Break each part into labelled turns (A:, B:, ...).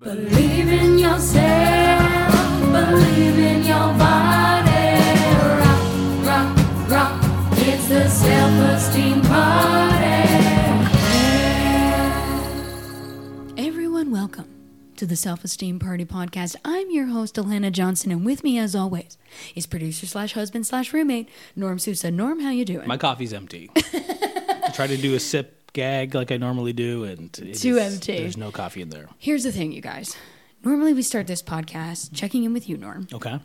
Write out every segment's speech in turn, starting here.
A: Believe in yourself, believe in your body. Rock, rock, rock. It's the self-esteem party. Everyone, welcome to the Self Esteem Party Podcast. I'm your host, Alana Johnson, and with me, as always, is producer slash husband slash roommate Norm Sousa. Norm, how you doing?
B: My coffee's empty. I try to do a sip gag like I normally do, and it
A: Too
B: is-
A: empty.
B: There's no coffee in there.
A: Here's the thing, you guys. Normally, we start this podcast checking in with you, Norm.
B: Okay.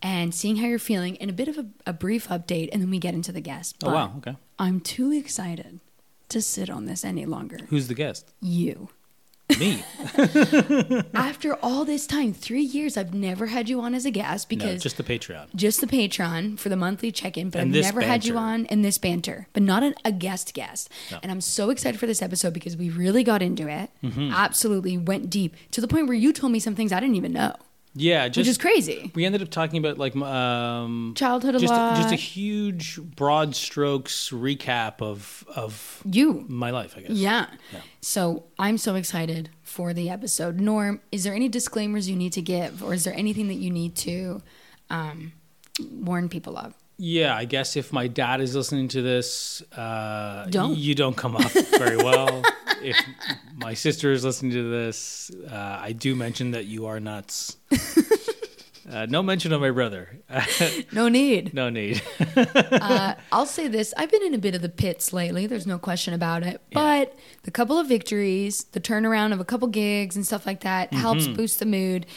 A: and seeing how you're feeling and a bit of a, a brief update, and then we get into the guest.
B: Oh, wow. Okay.
A: I'm too excited to sit on this any longer.
B: Who's the guest?
A: You.
B: Me.
A: After all this time, three years, I've never had you on as a guest because
B: no,
A: just,
B: just the Patreon.
A: the Patreon for the monthly check in, but
B: And
A: I've
B: this
A: never had you
B: banter.
A: on in this banter, but not an, a guest guest. And I'm so excited for this episode because we really got into it,
B: Mm-hmm.
A: absolutely went deep to the point where you told me some things I didn't even know,
B: Yeah. Just
A: which is crazy.
B: we ended up talking about like m- um,
A: Childhood a
B: just
A: lot.
B: just a huge broad strokes recap of of
A: you.
B: my life. I guess.
A: Yeah. So I'm so excited for the episode. Norm, is there any disclaimers you need to give, or is there anything that you need to um, warn people of?
B: Yeah, I guess if my dad is listening to this, uh,
A: Don't.
B: you don't come off very well. if my sister is listening to this, uh, I do mention that you are nuts. uh, no mention of my brother.
A: No need.
B: no need.
A: I'll say this I've been in a bit of the pits lately. There's no question about it. But the couple of victories, the turnaround of a couple gigs and stuff like that helps boost the mood. Um,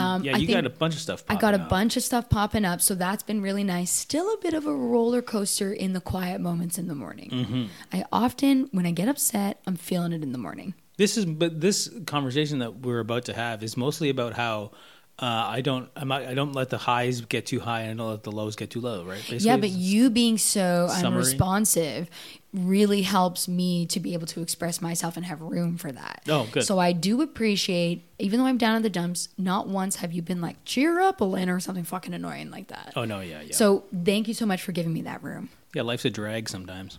B: Mm-hmm. Yeah,
A: I
B: you
A: think
B: got a bunch of stuff.
A: I got a
B: popping up.
A: bunch of stuff popping up, so that's been really nice. Still a bit of a roller coaster in the quiet moments in the morning.
B: Mm-hmm.
A: I often, when I get upset, I'm feeling it in the morning.
B: This is, but this conversation that we're about to have is mostly about how. Uh, I don't. I'm not, I don't let the highs get too high, and I don't let the lows get too low. Right? Basically,
A: yeah, but you being so
B: Summary.
A: unresponsive really helps me to be able to express myself and have room for that.
B: Oh, good.
A: So I do appreciate, even though I'm down in the dumps, not once have you been like, cheer up, Elena, or something fucking annoying like that.
B: Oh no, yeah, yeah.
A: So thank you so much for giving me that room.
B: yeah, life's a drag sometimes.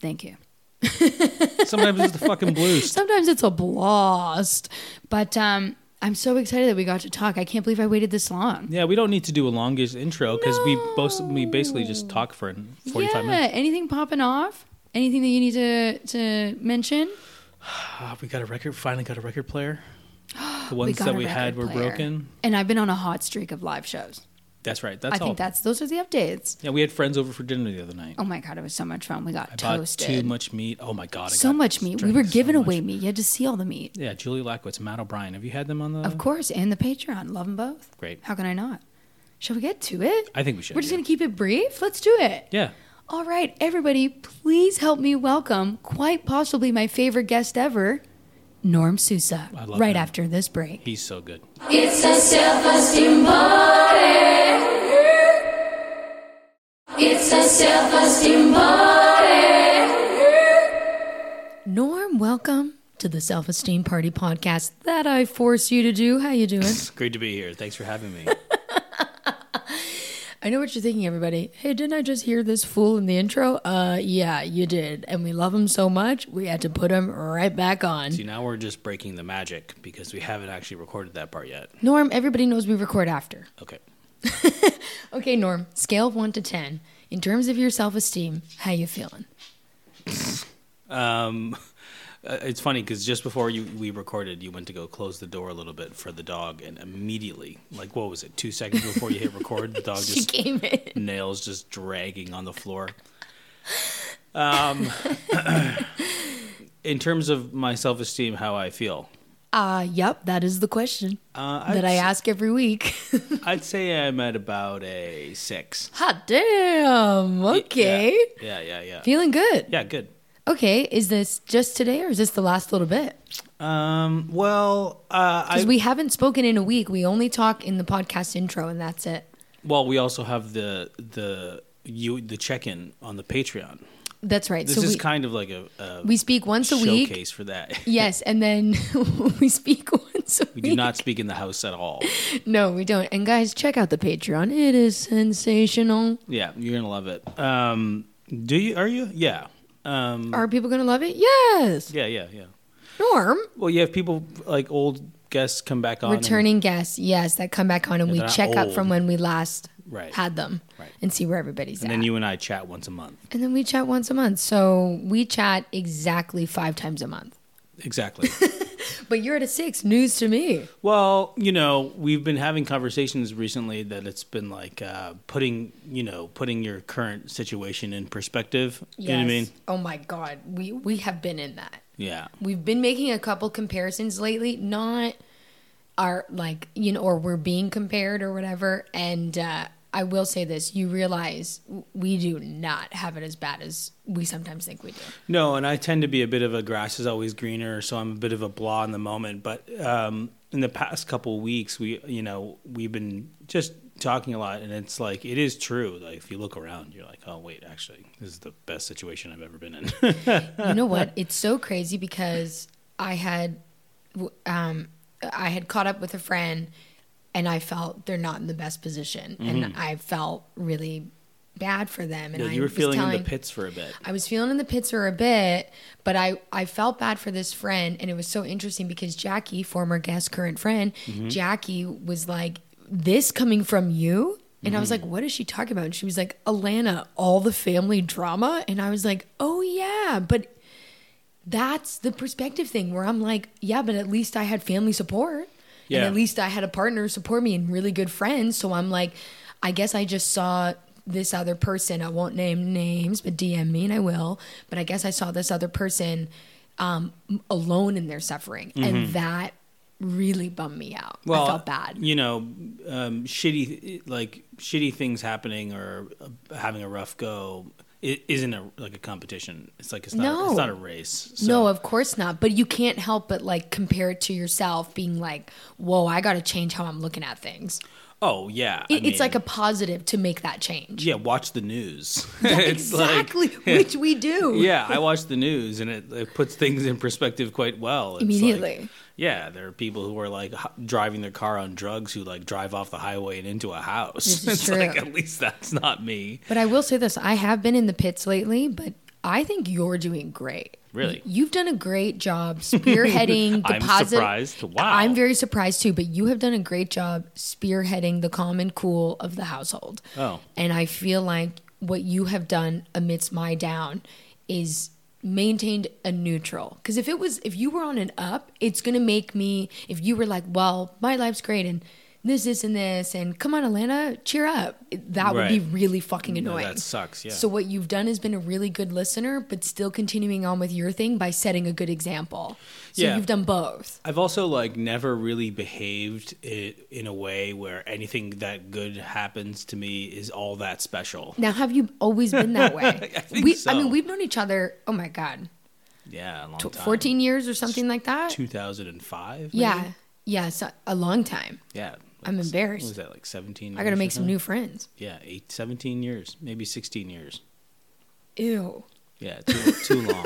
A: Thank you.
B: Sometimes it's the fucking blues.
A: sometimes it's a blast. But um, I'm so excited that we got to talk. I can't believe I waited this long.
B: Yeah, we don't need to do a longish intro because we both we basically just talk for forty
A: yeah.
B: five minutes.
A: Anything popping off? Anything that you need to to mention?
B: Ah, we got a record. Finally, got a record player. The ones
A: got
B: that
A: a
B: we had
A: record
B: were
A: player.
B: broken.
A: And I've been on a hot streak of live shows.
B: That's right. That's
A: I
B: all.
A: think that's those are the updates.
B: yeah, we had friends over for dinner the other night.
A: Oh my god, it was so much fun. We got
B: I bought
A: toasted.
B: too much meat. Oh my god, I
A: so
B: got
A: much meat. We
B: drank
A: were
B: so
A: giving
B: much.
A: away meat. You had to see all the meat.
B: Yeah, Julie Lackwitz, Matt O'Brien. Have you had them on the?
A: Of course, and the Patreon. Love them both.
B: Great.
A: How can I not? Shall we get to it?
B: I think we should.
A: We're just
B: yeah.
A: going to keep it brief. Let's do it.
B: Yeah.
A: All right, everybody, please help me welcome quite possibly my favorite guest ever, Norm Sousa,
B: I love
A: right
B: him.
A: after this break.
B: He's so good.
A: It's a self-esteem party. It's a self-esteem party. Norm, welcome to the Self-Esteem Party podcast that I force you to do. How you doing?
B: It's great to be here. Thanks for having me.
A: I know what you're thinking, everybody. Hey, didn't I just hear this fool in the intro? Uh, yeah, you did. And we love him so much, we had to put him right back on.
B: See, now we're just breaking the magic because we haven't actually recorded that part yet.
A: Norm, everybody knows we record after.
B: Okay.
A: Okay, Norm, scale of one to 10. In terms of your self esteem, how you feeling?
B: Um, uh, it's funny because just before you we recorded, you went to go close the door a little bit for the dog, and immediately, like what was it, two seconds before you hit record, the dog
A: She
B: just
A: came in.
B: nails just dragging on the floor. Um, in terms of my self esteem, how I feel,
A: Uh, yep, that is the question
B: uh, I'd,
A: that I ask every week.
B: would say I'm at about a six.
A: Hot damn. Okay.
B: Yeah, yeah, yeah. Yeah,
A: Feeling good.
B: yeah good.
A: Okay, is this just today or is this the last little bit?
B: Um, well, uh, I
A: Because we haven't spoken in a week. We only talk in the podcast intro and that's it.
B: well, we also have the the you the check in on the Patreon.
A: That's right.
B: This
A: so
B: is
A: we,
B: kind of like a, a
A: we speak once a week.
B: showcase for that.
A: Yes, and then we speak once a
B: We
A: week.
B: do not speak in the house at all.
A: No, we don't. And guys, check out the Patreon. It is sensational.
B: Yeah, you're gonna love it. Um, do you? Are you? Yeah. Um,
A: Are people going to love it? Yes.
B: yeah, yeah, yeah.
A: Norm.
B: Well, you have people like old guests come back on. and-
A: Returning guests, yes, that come back on and we
B: they're not
A: check up from
B: old.
A: when we last
B: Right.
A: had them
B: Right.
A: and see where everybody's
B: and
A: at.
B: then you and I chat once a month.
A: and then we chat once a month. So we chat exactly five times a month.
B: Exactly.
A: But you're at a six, news to me.
B: well, you know, we've been having conversations recently that it's been like uh, putting, you know, putting your current situation in perspective. You know what I mean?
A: Oh my God. We, we have been in that.
B: Yeah.
A: We've been making a couple comparisons lately, not our like you know, or we're being compared or whatever. And uh, I will say this: you realize w- we do not have it as bad as we sometimes think we do.
B: No, and I tend to be a bit of a grass is always greener, so I'm a bit of a blah in the moment. But um, in the past couple of weeks, we you know we've been just talking a lot, and it's like it is true. Like if you look around, you're like, oh wait, actually, this is the best situation I've ever been in.
A: you know what? It's so crazy because I had, w- um, I had caught up with a friend, and I felt they're not in the best position, and I felt really bad for them. And
B: Mm-hmm. Yeah,
A: I
B: you were
A: was
B: feeling in
A: telling-
B: the pits for a bit.
A: I was feeling in the pits for a bit, but I, I felt bad for this friend. And it was so interesting because Jackie, former guest, current friend,
B: Mm-hmm.
A: Jackie was like, This coming from you? And I was
B: Mm-hmm.
A: like, What is she talking about? And she was like, Alana, all the family drama. And I was like, Oh, yeah. But that's the perspective thing where I'm like, Yeah, but at least I had family support. And
B: Yeah.
A: at least I had a partner support me and really good friends. So I'm like, I guess I just saw this other person. I won't name names, but DM me and I will. But I guess I saw this other person um, alone in their suffering. And
B: Mm-hmm.
A: that really bummed me out. I felt bad.
B: You know, um, shitty like shitty things happening or uh, having a rough go. It isn't a like a competition. It's like it's not.
A: No.
B: It's not a race. So.
A: No, of course not. But you can't help but like compare it to yourself, being like, whoa, I got to change how I'm looking at things.
B: Oh yeah. I
A: It, it's
B: mean,
A: like a positive to make that change.
B: yeah. Watch the news. It's like-
A: exactly, which we do.
B: yeah, I watch the news and it, it puts things in perspective quite well. It's
A: Immediately.
B: like- yeah, there are people who are like h- driving their car on drugs who like drive off the highway and into a house.
A: This is
B: it's
A: true.
B: like at least that's not me.
A: But I will say this: I have been in the pits lately, but I think you're doing great.
B: Really?
A: Y- you've done a great job spearheading the
B: I'm
A: positive.
B: surprised. Wow.
A: I'm very surprised too, but you have done a great job spearheading the common cool of the household.
B: Oh.
A: and I feel like what you have done amidst my down is maintained a neutral because if it was if you were on an up it's going to make me if you were like well my life's great and this this and this and come on alana cheer up that would be
B: Right.
A: really fucking
B: No,
A: annoying
B: that sucks, yeah.
A: so what you've done has been a really good listener but still continuing on with your thing by setting a good example so
B: Yeah.
A: you've done both
B: I've also like never really behaved it in a way where anything that good happens to me is all that special.
A: now have you always been that way
B: I think
A: we i
B: so.
A: mean we've known each other oh my god
B: Yeah, a long
A: tw-
B: time.
A: 14 years or something like that
B: 2005.
A: Yeah.
B: maybe?
A: Yeah. So a long time.
B: Yeah. Like,
A: I'm embarrassed.
B: What was that like 17?
A: I got to
B: years or
A: make some
B: something?
A: new friends.
B: Yeah, eight, 17 years, maybe 16 years.
A: Ew.
B: Yeah, too, too long.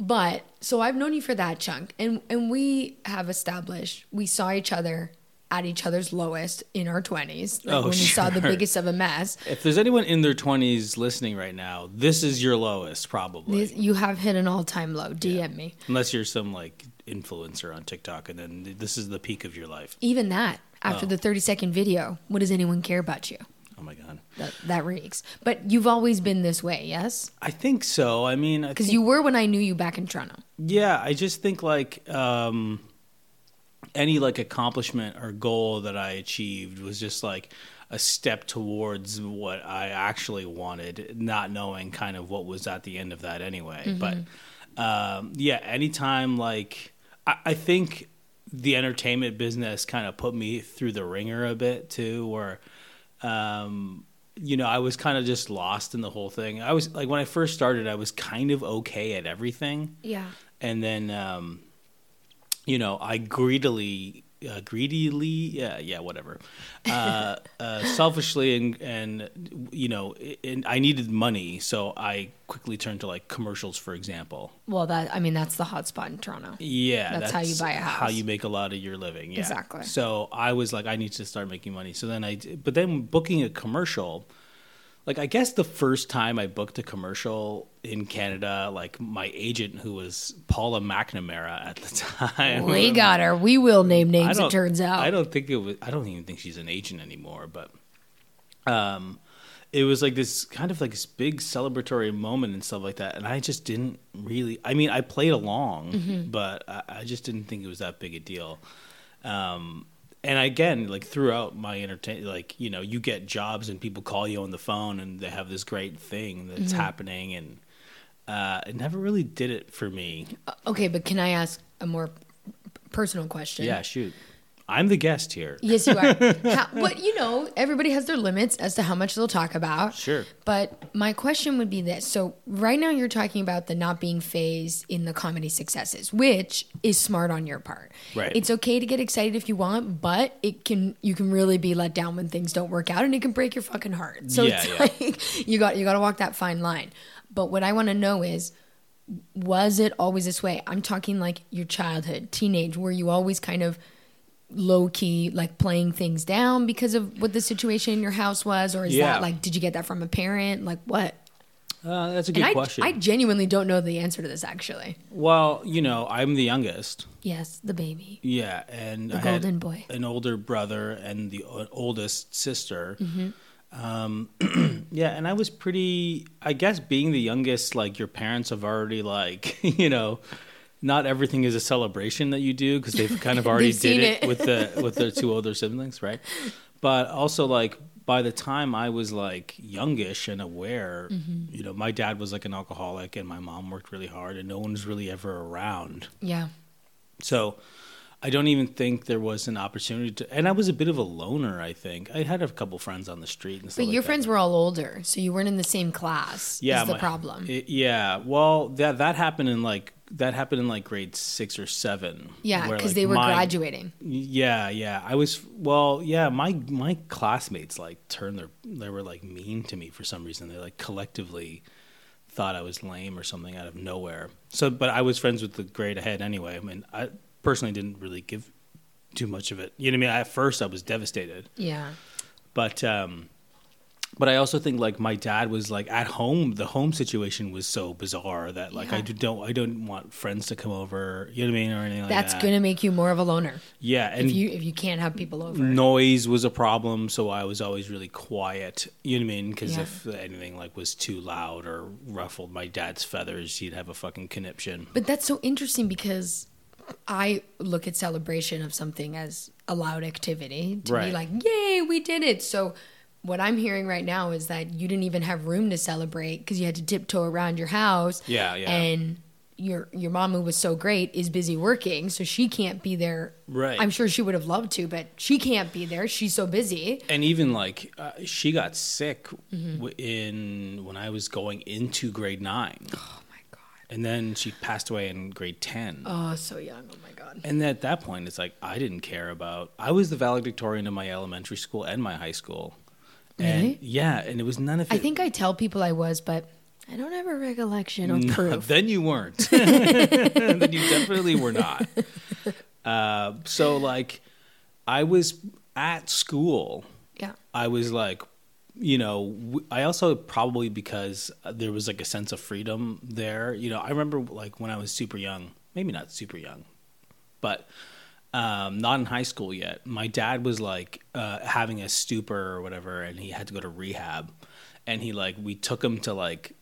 A: But so I've known you for that chunk and and we have established we saw each other at each other's lowest in our 20s like
B: Oh,
A: when we saw the
B: sure.
A: biggest of a mess.
B: if there's anyone in their 20s listening right now, this is your lowest probably.
A: This- you have hit an all-time low. DM me.
B: Unless you're some like influencer on TikTok and then this is the peak of your life.
A: Even that after
B: Oh.
A: the 30 second video, what does anyone care about you?
B: Oh my god.
A: That that reeks. But you've always been this way, yes?
B: I think so. I mean, I
A: Cuz
B: think-
A: you were when I knew you back in Toronto.
B: yeah, I just think like um any like accomplishment or goal that I achieved was just like a step towards what I actually wanted, not knowing kind of what was at the end of that anyway. But um, yeah, anytime like I, I think the entertainment business kind of put me through the ringer a bit too, where um, you know I was kind of just lost in the whole thing. I was like when I first started, I was kind of okay at everything
A: Yeah.
B: and then um, you know I greedily, uh, greedily, yeah, yeah, whatever, uh, uh, selfishly, and and you know, and I needed money, so I quickly turned to like commercials, for example.
A: Well, that I mean that's the hot spot in Toronto.
B: Yeah,
A: That's how you buy a house.
B: How you make a lot of your living. Yeah.
A: Exactly.
B: So I was like, I need to start making money. So then I, d- but then booking a commercial like I guess the first time I booked a commercial in Canada, like my agent who was Paula McNamara at the time.
A: We got her. We will name names. It
B: don't-
A: turns out.
B: I don't think it was. I don't even think she's an agent anymore. But um, it was like this kind of like this big celebratory moment and stuff like that. And I just didn't really. I mean, I played along,
A: Mm-hmm.
B: but I, I just didn't think it was that big a deal. Um, and again, like throughout my entertain, like you know, you get jobs and people call you on the phone and they have this great thing that's
A: Mm-hmm.
B: happening, and uh, it never really did it for me.
A: Okay, but can I ask a more p- personal question?
B: Yeah, shoot, I'm the guest here.
A: Yes, you are. how, but you know, everybody has their limits as to how much they'll talk about.
B: Sure.
A: But my question would be this: so right now you're talking about the not being phased in the comedy successes, which is smart on your part.
B: Right.
A: It's okay to get excited if you want, but it can you can really be let down when things don't work out, and it can break your fucking heart. So
B: Yeah,
A: it's
B: yeah.
A: like you got you got to walk that fine line. But what I want to know is was it always this way? I'm talking like your childhood, teenage, were you always kind of low key, like playing things down because of what the situation in your house was? Or is
B: Yeah.
A: that like, did you get that from a parent? Like, what?
B: Uh, that's a good
A: and I,
B: question.
A: I genuinely don't know the answer to this, actually.
B: Well, you know, I'm the youngest.
A: Yes, the baby.
B: Yeah, and the I
A: golden
B: had
A: boy.
B: an older brother and the o- oldest sister.
A: Mm-hmm.
B: Um, yeah, and I was pretty. I guess being the youngest, like your parents have already like you know, not everything is a celebration that you do because they've kind of already
A: seen
B: did it,
A: it.
B: with the with their two older siblings, right? But also like. By the time I was like youngish and aware,
A: Mm-hmm.
B: you know, my dad was like an alcoholic and my mom worked really hard and no one was really ever around.
A: Yeah.
B: So I don't even think there was an opportunity to. And I was a bit of a loner. I think I had a couple friends on the street and stuff.
A: But
B: like
A: your
B: that.
A: friends were all older, so you weren't in the same class.
B: yeah,
A: is the
B: my-
A: problem.
B: it- yeah. Well, that that happened in like that happened in like grade six or seven.
A: yeah,
B: where,
A: because
B: like,
A: they were
B: my-
A: graduating.
B: Yeah, yeah. I was well, yeah. My my classmates like turned their they were like mean to me for some reason. They like collectively thought I was lame or something out of nowhere. So, but I was friends with the grade ahead anyway. I mean, I personally didn't really give too much of it. You know what I mean? At first, I was devastated,
A: Yeah.
B: but um, but I also think like my dad was like at home. The home situation was so bizarre that like I
A: Yeah.
B: do- don't I don't want friends to come over. You know what I mean or anything like
A: That's
B: that.
A: going to make you more of a loner
B: yeah. And
A: if you if you can't have people over.
B: noise was a problem so i was always really quiet you know what i mean because
A: Yeah.
B: if anything like was too loud or ruffled my dad's feathers he'd have a fucking conniption
A: But that's so interesting because I look at celebration of something as a loud activity to
B: Right.
A: be like, yay, we did it. So what I'm hearing right now is that you didn't even have room to celebrate because you had to tiptoe around your house.
B: Yeah, yeah.
A: And your your mom who was so great is busy working, so she can't be there.
B: Right.
A: I'm sure she would have loved to, but she can't be there. She's so busy.
B: and even like uh, she got sick
A: Mm-hmm.
B: w- in when i was going into grade nine
A: Oh my god.
B: and then she passed away in grade 10
A: Oh, so young. Oh my god.
B: and at that point it's like i didn't care about i was the valedictorian of my elementary school and my high school and
A: Really?
B: yeah and it was none of it
A: I think I tell people I was, but I don't have a recollection of proof.
B: Then you weren't. then you definitely were not. Uh, so like, I was at school.
A: Yeah.
B: I was like, you know, w- I also probably because there was like a sense of freedom there. You know, I remember like when I was super young, maybe not super young, but um, not in high school yet. My dad was like uh, having a stupor or whatever, and he had to go to rehab. And he like we took him to like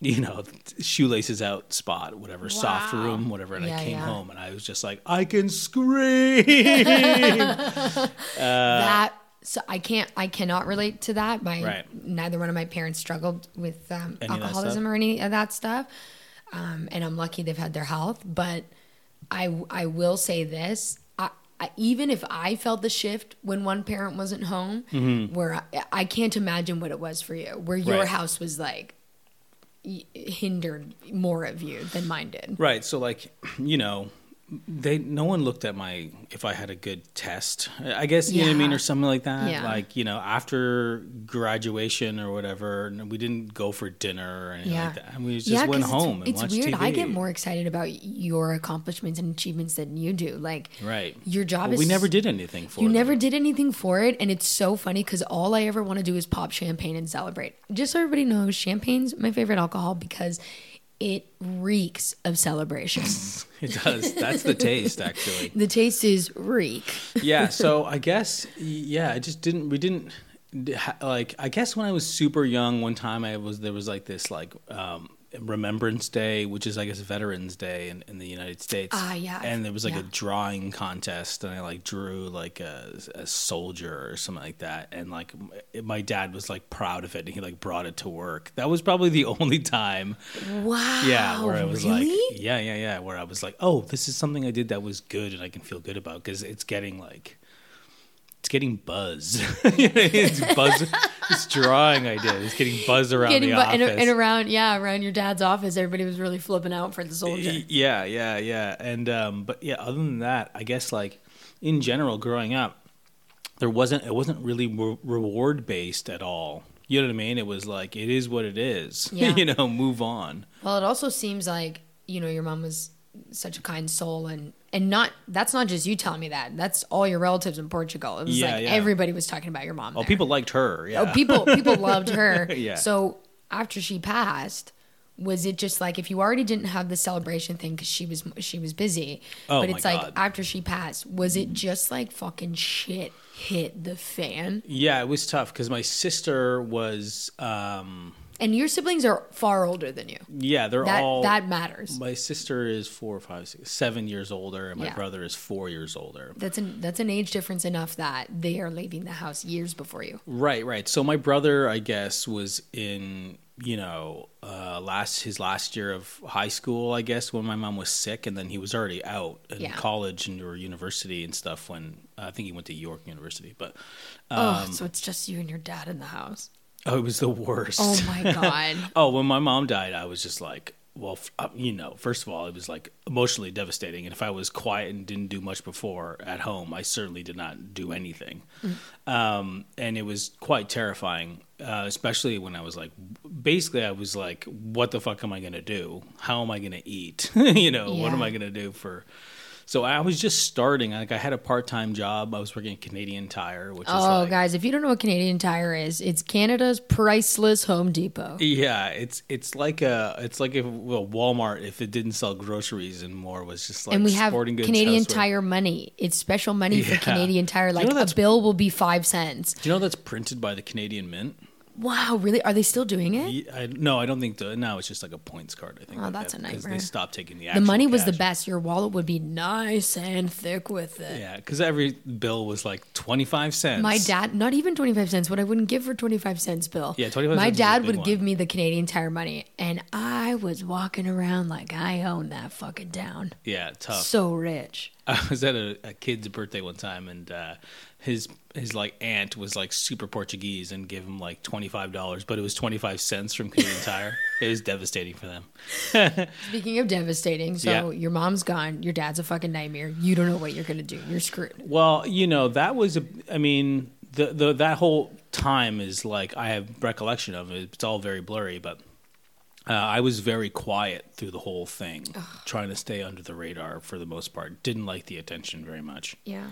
B: you know shoelaces out spot, whatever soft
A: Wow.
B: room, whatever. And
A: Yeah,
B: I came
A: yeah.
B: home and I was just like, I can scream.
A: that so I can't I cannot relate to that. My
B: Right.
A: neither one of my parents struggled with um,
B: Any of that
A: alcoholism
B: stuff?
A: or any of that stuff, um, and I'm lucky they've had their health. But I I will say this. I, I, even if I felt the shift when one parent wasn't home, where I, I can't imagine what it was for you, where your
B: Mm-hmm. Right.
A: house was like y- hindered more of you than mine did.
B: Right. So like, you know, they no one looked at my if I had a good test. I guess you know what I mean
A: Yeah.
B: or something like that.
A: Yeah.
B: Like you know after graduation or whatever, and we didn't go for dinner or anything
A: Yeah.
B: like that. And we just
A: 'cause
B: went
A: it's-
B: home and
A: It's
B: watched
A: weird.
B: TV.
A: I get more excited about your accomplishments and achievements than you do. Like
B: right.
A: your job
B: But
A: is
B: we never did anything for
A: You
B: them.
A: never did anything for it, and it's so funny because all I ever want to do is pop champagne and celebrate. Just so everybody knows, champagne's my favorite alcohol because it reeks of celebration.
B: It does. That's the taste actually.
A: the taste is reek.
B: yeah so i guess yeah i just didn't we didn't d- ha- like i guess when i was super young one time i was there was like this like um remembrance day which is i guess veterans day in, in the united states
A: Ah, yeah, I've-
B: and there was like a
A: yeah.
B: drawing contest and i like drew like a, a soldier or something like that and like m- it- my dad was like proud of it and he like brought it to work that was probably the only time
A: Wow.
B: yeah, where I was
A: really?
B: like, yeah, yeah, yeah, where I was like, oh, this is something I did that was good and I can feel good about because it's getting like, it's getting buzz. it's buzz. this drawing I did. It's getting buzz around
A: Getting
B: the
A: bu-
B: office.
A: and, and around yeah around your dad's office, everybody was really flipping out for the soldier.
B: Y- yeah, yeah, yeah. And um, but yeah, other than that, I guess like in general, growing up, there wasn't it wasn't really re- reward based at all. You know what I mean? It was like it is what it is.
A: Yeah.
B: you know, move on.
A: Well, it also seems like you know your mom was such a kind soul, and and not that's not just you telling me that. That's all your relatives in Portugal. It was
B: Yeah,
A: like
B: yeah.
A: everybody was talking about your mom.
B: Oh,
A: there.
B: people liked her. Yeah.
A: Oh, people people loved her.
B: Yeah.
A: So after she passed. Was it just like if you already didn't have the celebration thing because she was she was busy,
B: Oh,
A: but
B: my
A: it's like
B: God.
A: after she passed, was it just like fucking shit hit the fan?
B: Yeah, it was tough because my sister was, um,
A: And your siblings are far older than you.
B: yeah, they're
A: That
B: all.
A: that matters.
B: my sister is four, five, six, seven years older, and my
A: Yeah.
B: brother is four years older.
A: That's an that's an age difference enough that they are leaving the house years before you.
B: Right, right. So my brother, I guess, was in you know uh, last his last year of high school, I guess, when my mom was sick, and then he was already out in
A: Yeah.
B: college and or university and stuff. When I think he went to York University, but Um,
A: oh, so it's just you and your dad in the house.
B: oh, it was the worst.
A: Oh my god.
B: Oh, when my mom died, I was just like, well, f- uh, you know, first of all, it was like emotionally devastating. And if I was quiet and didn't do much before at home, I certainly did not do anything.
A: Mm.
B: Um, and it was quite terrifying, uh, especially when I was like, basically, I was like, what the fuck am I going to do? How am I going to eat? you know, what am
A: Yeah.
B: I going to do for. So I was just starting. Like I had a part-time job. I was working at Canadian Tire, which is
A: Oh
B: like,
A: guys, if you don't know what Canadian Tire is, it's Canada's priceless Home Depot.
B: Yeah, it's it's like a it's like if well, Walmart if it didn't sell groceries and more was just like
A: and we have
B: sporting goods,
A: Canadian
B: houseware.
A: Tire money. It's special money for
B: Yeah.
A: Canadian Tire.
B: You
A: Like a
B: know that's-
A: bill will be five cents.
B: Do you know that's printed by the Canadian Mint?
A: Wow, really? Are they still doing it?
B: Ye- I, no, I don't think the, now it's just like a points card. I think
A: Oh,
B: that-
A: that's a
B: that- 'cause They
A: nightmare.
B: stopped taking the
A: the
B: actual
A: money was the
B: cash.
A: best. Your wallet would be nice and thick with it.
B: Yeah, because every bill was like twenty five cents.
A: My dad, not even 25 cents, what I wouldn't give for 25 cents, Bill.
B: Yeah, 25
A: My
B: cents is a
A: dad
B: big
A: would
B: one.
A: give me the Canadian Tire money, and I was walking around like I own that fucking town.
B: Yeah, tough.
A: So rich.
B: I was at a, a kid's birthday one time, and uh, his his like aunt was like super Portuguese and gave him like twenty five dollars, but it was twenty five cents from Canadian Tire. It was devastating for them.
A: Speaking of devastating, so
B: Yeah.
A: your mom's gone, your dad's a fucking nightmare. You don't know what you're gonna do. You're screwed.
B: Well, you know, that was a. I mean, the the that whole time is like I have recollection of it. It's all very blurry, but uh, I was very quiet through the whole thing, trying to stay under the radar for the most part. Didn't like the attention very much,
A: Yeah.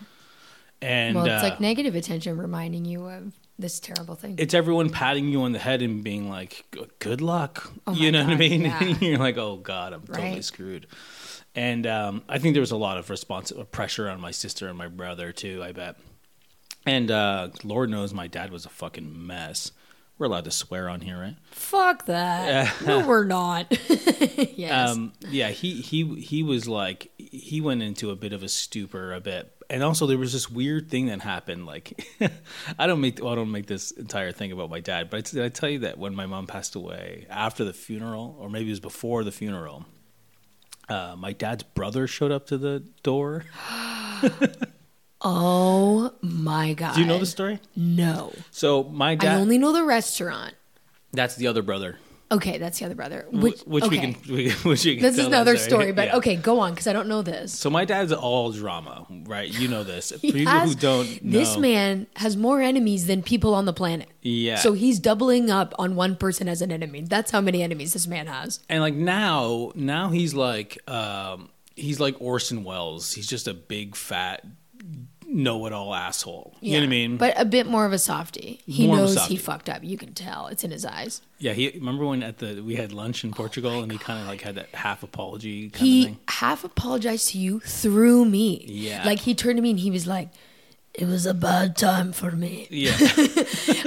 B: and
A: Well, it's
B: uh,
A: like negative attention reminding you of this terrible thing.
B: it's everyone patting you on the head and being like, "G- "Good luck," you know what I
A: Oh God,
B: mean?
A: yeah.
B: And you're like, "Oh God, I'm totally
A: Right.
B: screwed." And um, I think there was a lot of response uh, pressure on my sister and my brother too. I bet. And uh, Lord knows my dad was a fucking mess. We're allowed to swear on here, right?
A: Fuck that. no, we're not. yes.
B: Um, yeah, he he he was like he went into a bit of a stupor a bit, and also there was this weird thing that happened. Like, I don't make well, I don't make this entire thing about my dad, but I, did I tell you that when my mom passed away after the funeral, or maybe it was before the funeral, uh, my dad's brother showed up to the door.
A: oh my god.
B: Do you know the story?
A: No.
B: So my
A: I
B: dad,
A: only know the restaurant.
B: that's the other brother.
C: Okay, that's the other brother.
B: Wh-
C: Which,
B: which
C: okay.
B: we can, we, can- which you can.
A: This is
B: tell
A: another
B: that
A: story, but
B: yeah.
A: okay, go on because I don't know this.
B: So my dad's all drama, right? You know this. For
A: He
B: people
A: has-
B: who don't know,
A: this man has more enemies than people on the planet.
B: Yeah.
A: So he's doubling up on one person as an enemy. That's how many enemies this man has.
B: and like now, now he's like, um, he's like Orson Welles. He's just a big fat know-it-all asshole. You know what I mean?
A: But a bit more of a softy. He
B: More of a
A: knows
B: softie.
A: he fucked up. You can tell. It's in his eyes.
B: yeah. He remember when at the we had lunch in Portugal and he kind of like had that half apology kind of
A: He
B: thing.
A: half apologized to you through me.
B: Yeah.
A: Like he turned to me and he was like, It was a bad time for me.
B: Yeah.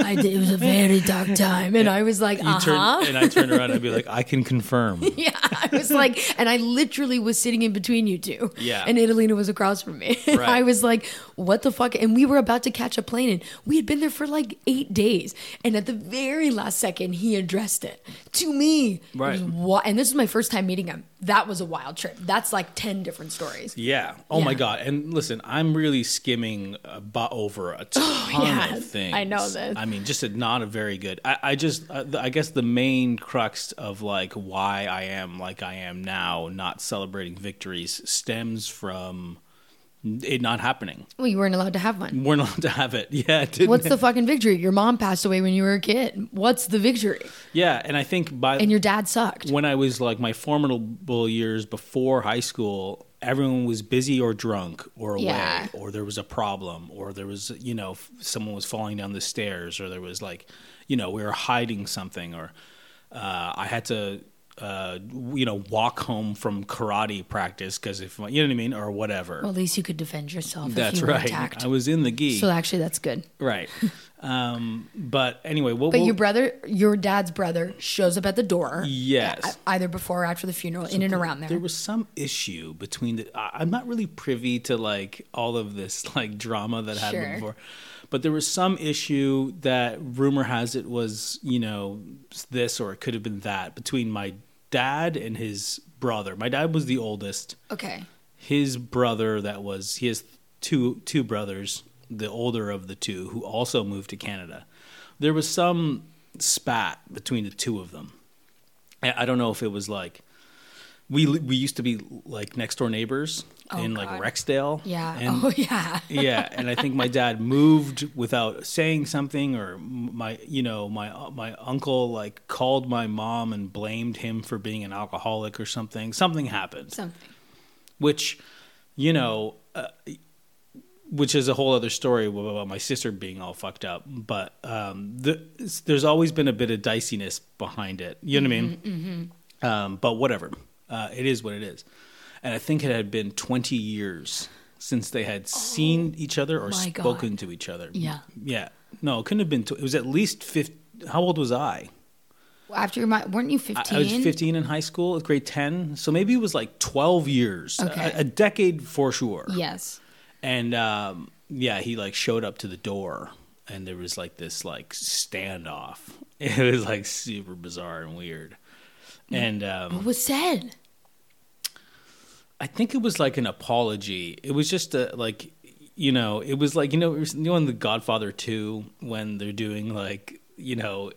A: I did, it was a very dark time. And I was like,
B: You
A: uh
B: turn
A: huh.
B: and I turned around. I'd be like, I can confirm.
A: Yeah, I was like, and I literally was sitting in between you two.
B: Yeah.
A: And Italina was across from me. And
B: Right.
A: I was like, what the fuck? And we were about to catch a plane, and we had been there for like eight days. And at the very last second, he addressed it to me. It
B: Right.
A: was wi- and this was my first time meeting him. That was a wild trip. That's like 10 different stories.
B: Yeah. Oh my
A: Yeah.
B: god. And listen, I'm really skimming uh, bu- over a ton
A: Oh, yeah.
B: of things.
A: I know this.
B: I mean, just a, not a very good. I, I just, uh, I guess the main crux of like why I am like I am now, not celebrating victories, stems from it not happening.
A: Well, you weren't allowed to have one.
B: We're not to have it. Yeah. It didn't.
A: What's the fucking victory? Your mom passed away when you were a kid. What's the victory?
B: yeah. And I think by
A: And your dad sucked.
B: when I was like my formidable years before high school, everyone was busy or drunk or away,
A: Yeah.
B: or there was a problem, or there was, you know, f- someone was falling down the stairs, or there was like, you know, we were hiding something, or uh, I had to, uh, you know, walk home from karate practice because if, you know what I mean, or whatever.
A: Well, at least you could defend yourself
B: That's
A: if you were
B: right.
A: attacked.
B: I was in the gi.
A: so actually, that's good.
B: right. um, but anyway, what
A: But
B: what-
A: your brother, your dad's brother, shows up at the door.
B: Yes.
A: e- Either before or after the funeral, in and around there.
B: There was some issue between the. I, I'm not really privy to like all of this like drama that happened
A: Sure.
B: before, but there was some issue that rumor has it was you know this or it could have been that between my dad and his brother. My dad was the oldest.
A: okay.
B: His brother that was he has two two brothers, the older of the two who also moved to Canada. There was some spat between the two of them. I I don't know if it was like we we used to be like next door neighbors
A: Oh,
B: in
A: God.
B: like Rexdale.
A: Yeah.
B: And,
A: oh yeah.
B: yeah, and I think my dad moved without saying something, or my you know my my uncle like called my mom and blamed him for being an alcoholic or something. Something happened
A: Something.
B: which you know uh, which is a whole other story about my sister being all fucked up but um the, there's always been a bit of diciness behind it you know what i mean
A: Mm-hmm,
B: um but whatever uh it is what it is and i think it had been 20 years since they had seen each other or
A: Oh my God.
B: spoken to each other
A: Yeah.
B: yeah no it couldn't have been tw- it was at least 50 how old was i
A: Well, After your mom, weren't you
B: I-
A: fifteen?
B: I was 15 in high school, grade 10. So maybe it was like 12 years,
A: Okay.
B: a, a decade for sure.
A: Yes.
B: And um, yeah, he like showed up to the door and there was like this like standoff. It was like super bizarre and weird. And um,
A: What was said?
B: I think it was like an apology. It was just a like, you know, it was like you know, you know, in The Godfather Two when they're doing like, you know,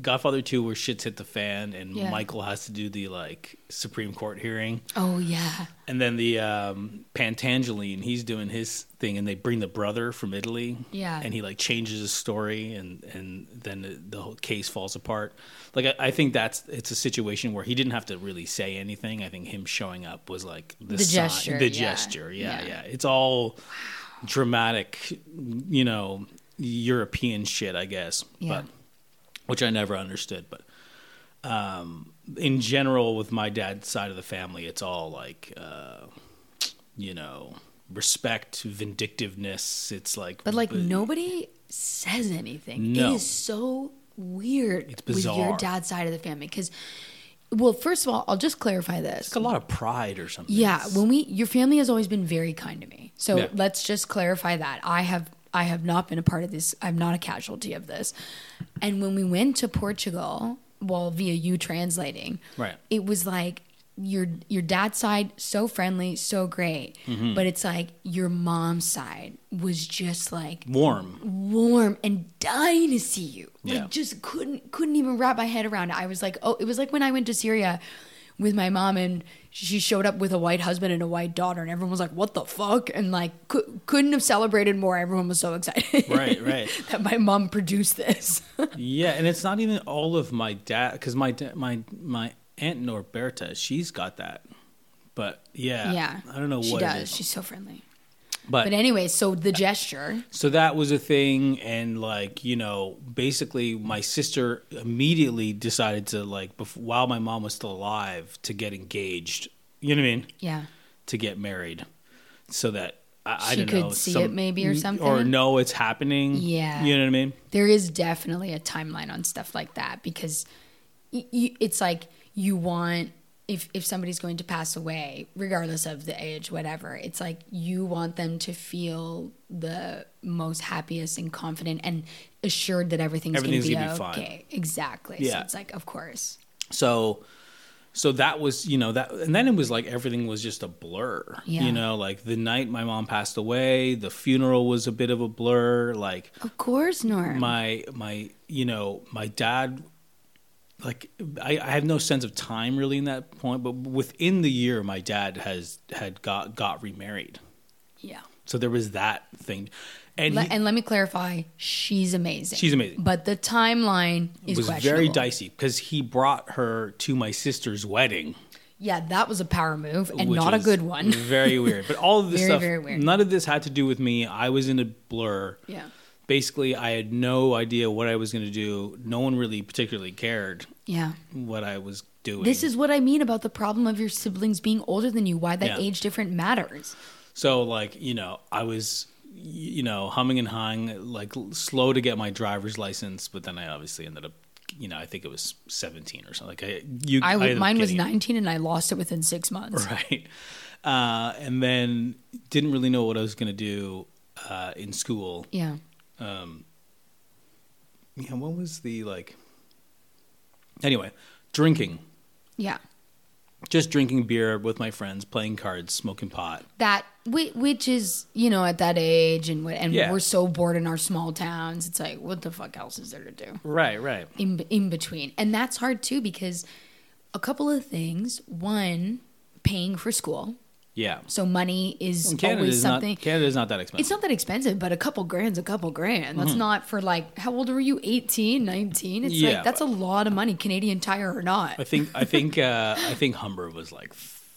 B: Godfather Two where shits hit the fan and
A: Yeah.
B: Michael has to do the like Supreme Court hearing,
A: Oh yeah.
B: and then the um, Pantangeline he's doing his thing, and they bring the brother from Italy,
A: Yeah.
B: and he like changes his story, and and then the whole case falls apart. Like I, I think that's it's a situation where he didn't have to really say anything. I think him showing up was like the,
A: The
B: sign-
A: gesture,
B: the
A: yeah.
B: gesture, yeah,
A: Yeah.
B: yeah. It's all dramatic, you know, European shit, I guess.
A: Yeah.
B: But which I never understood, but in general with my dad's side of the family it's all like uh you know respect vindictiveness it's like uh,
A: But like nobody says anything.
B: No.
A: It is so weird
B: It's
A: with your
B: bizarre.
A: dad's side of the family because, well, first of all, I'll just clarify this.
B: it's like a lot of pride or something
A: Yeah,
B: It's-
A: when we your family has always been very kind to me. So
B: Yeah.
A: let's just clarify that. I have I have not been a part of this. I'm not a casualty of this. And when we went to Portugal, well, via you translating,
B: Right.
A: It was like your your dad's side so friendly, so great,
B: Mm-hmm.
A: but it's like your mom's side was just like
B: warm.
A: warm and dying to see you.
B: Yeah.
A: Like just couldn't couldn't even wrap my head around it. I was like, oh, it was like when I went to Syria with my mom and she showed up with a white husband and a white daughter and everyone was like, what the fuck? And like cou- couldn't have celebrated more. Everyone was so excited.
B: Right, right.
A: that my mom produced this.
B: Yeah, and it's not even all of my dad because my da- my my aunt Norberta, she's got that. But yeah,
A: yeah.
B: I don't know what
A: she
B: It
A: does.
B: is.
A: She's so friendly.
B: but
A: But anyway, so the gesture.
B: so that was a thing, and like you know, basically, my sister immediately decided to like bef- while my mom was still alive to get engaged. You know what I mean?
A: Yeah.
B: To get married, so that I, I
A: She
B: don't
A: could
B: know,
A: see it maybe or
B: or
A: something?
B: know it's happening.
A: Yeah.
B: you know what I mean.
A: there is definitely a timeline on stuff like that because y- y- it's like you want if if somebody's going to pass away regardless of the age whatever it's like you want them to feel the most happiest and confident and assured that everything's,
B: Everything's
A: going to be,
B: gonna be fine.
A: okay exactly so
B: Yeah.
A: it's like of course
B: so so that was you know that and then it was like everything was just a blur
A: Yeah.
B: you know like the night my mom passed away the funeral was a bit of a blur like
A: of course norm
B: my my you know my dad like I, I have no sense of time really in that point but within the year my dad has had got got remarried
A: yeah
B: so there was that thing and
A: Le-
B: he
A: and let me clarify she's amazing
B: She's amazing.
A: but the timeline is
B: was very
A: questionable.
B: dicey because he brought her to my sister's wedding
A: yeah that was a power move and
B: which
A: not a
B: is
A: good one
B: Very weird. But all of this
A: Very,
B: stuff,
A: very weird.
B: none of this had to do with me. I was in a blur.
A: Yeah.
B: Basically, I had no idea what I was going to do. No one really particularly cared
A: yeah
B: what I was doing.
A: This is what I mean about the problem of your siblings being older than you. Why that
B: Yeah.
A: age difference matters.
B: so like you know I was y- you know humming and hawing like l- slow to get my driver's license, but then I obviously ended up you know I think it was seventeen or something. Like I you
A: I,
B: ended
A: w-
B: up
A: mine was
B: getting
A: 19
B: it.
A: and I lost it within six months.
B: right? Uh, and then didn't really know what I was going to do uh, in school.
A: Yeah,
B: yeah, what was the like? Anyway, drinking,
A: yeah.
B: just drinking beer with my friends, playing cards, smoking pot.
A: That whi- which is you know at that age and what and
B: Yeah.
A: we're so bored in our small towns. It's like what the fuck else is there to do?
B: Right, right.
A: in in between, and that's hard too because a couple of things. One, paying for school,
B: Yeah.
A: so money is
B: And Canada
A: always
B: is not
A: something.
B: Canada is not that expensive.
A: It's not that expensive, but a couple grand's a couple grand.
B: Mm-hmm.
A: That's not for like, how old were you? 18, 19? It's
B: Yeah,
A: like, that's a lot of money, Canadian tire or not.
B: I think I think uh, I think Humber was like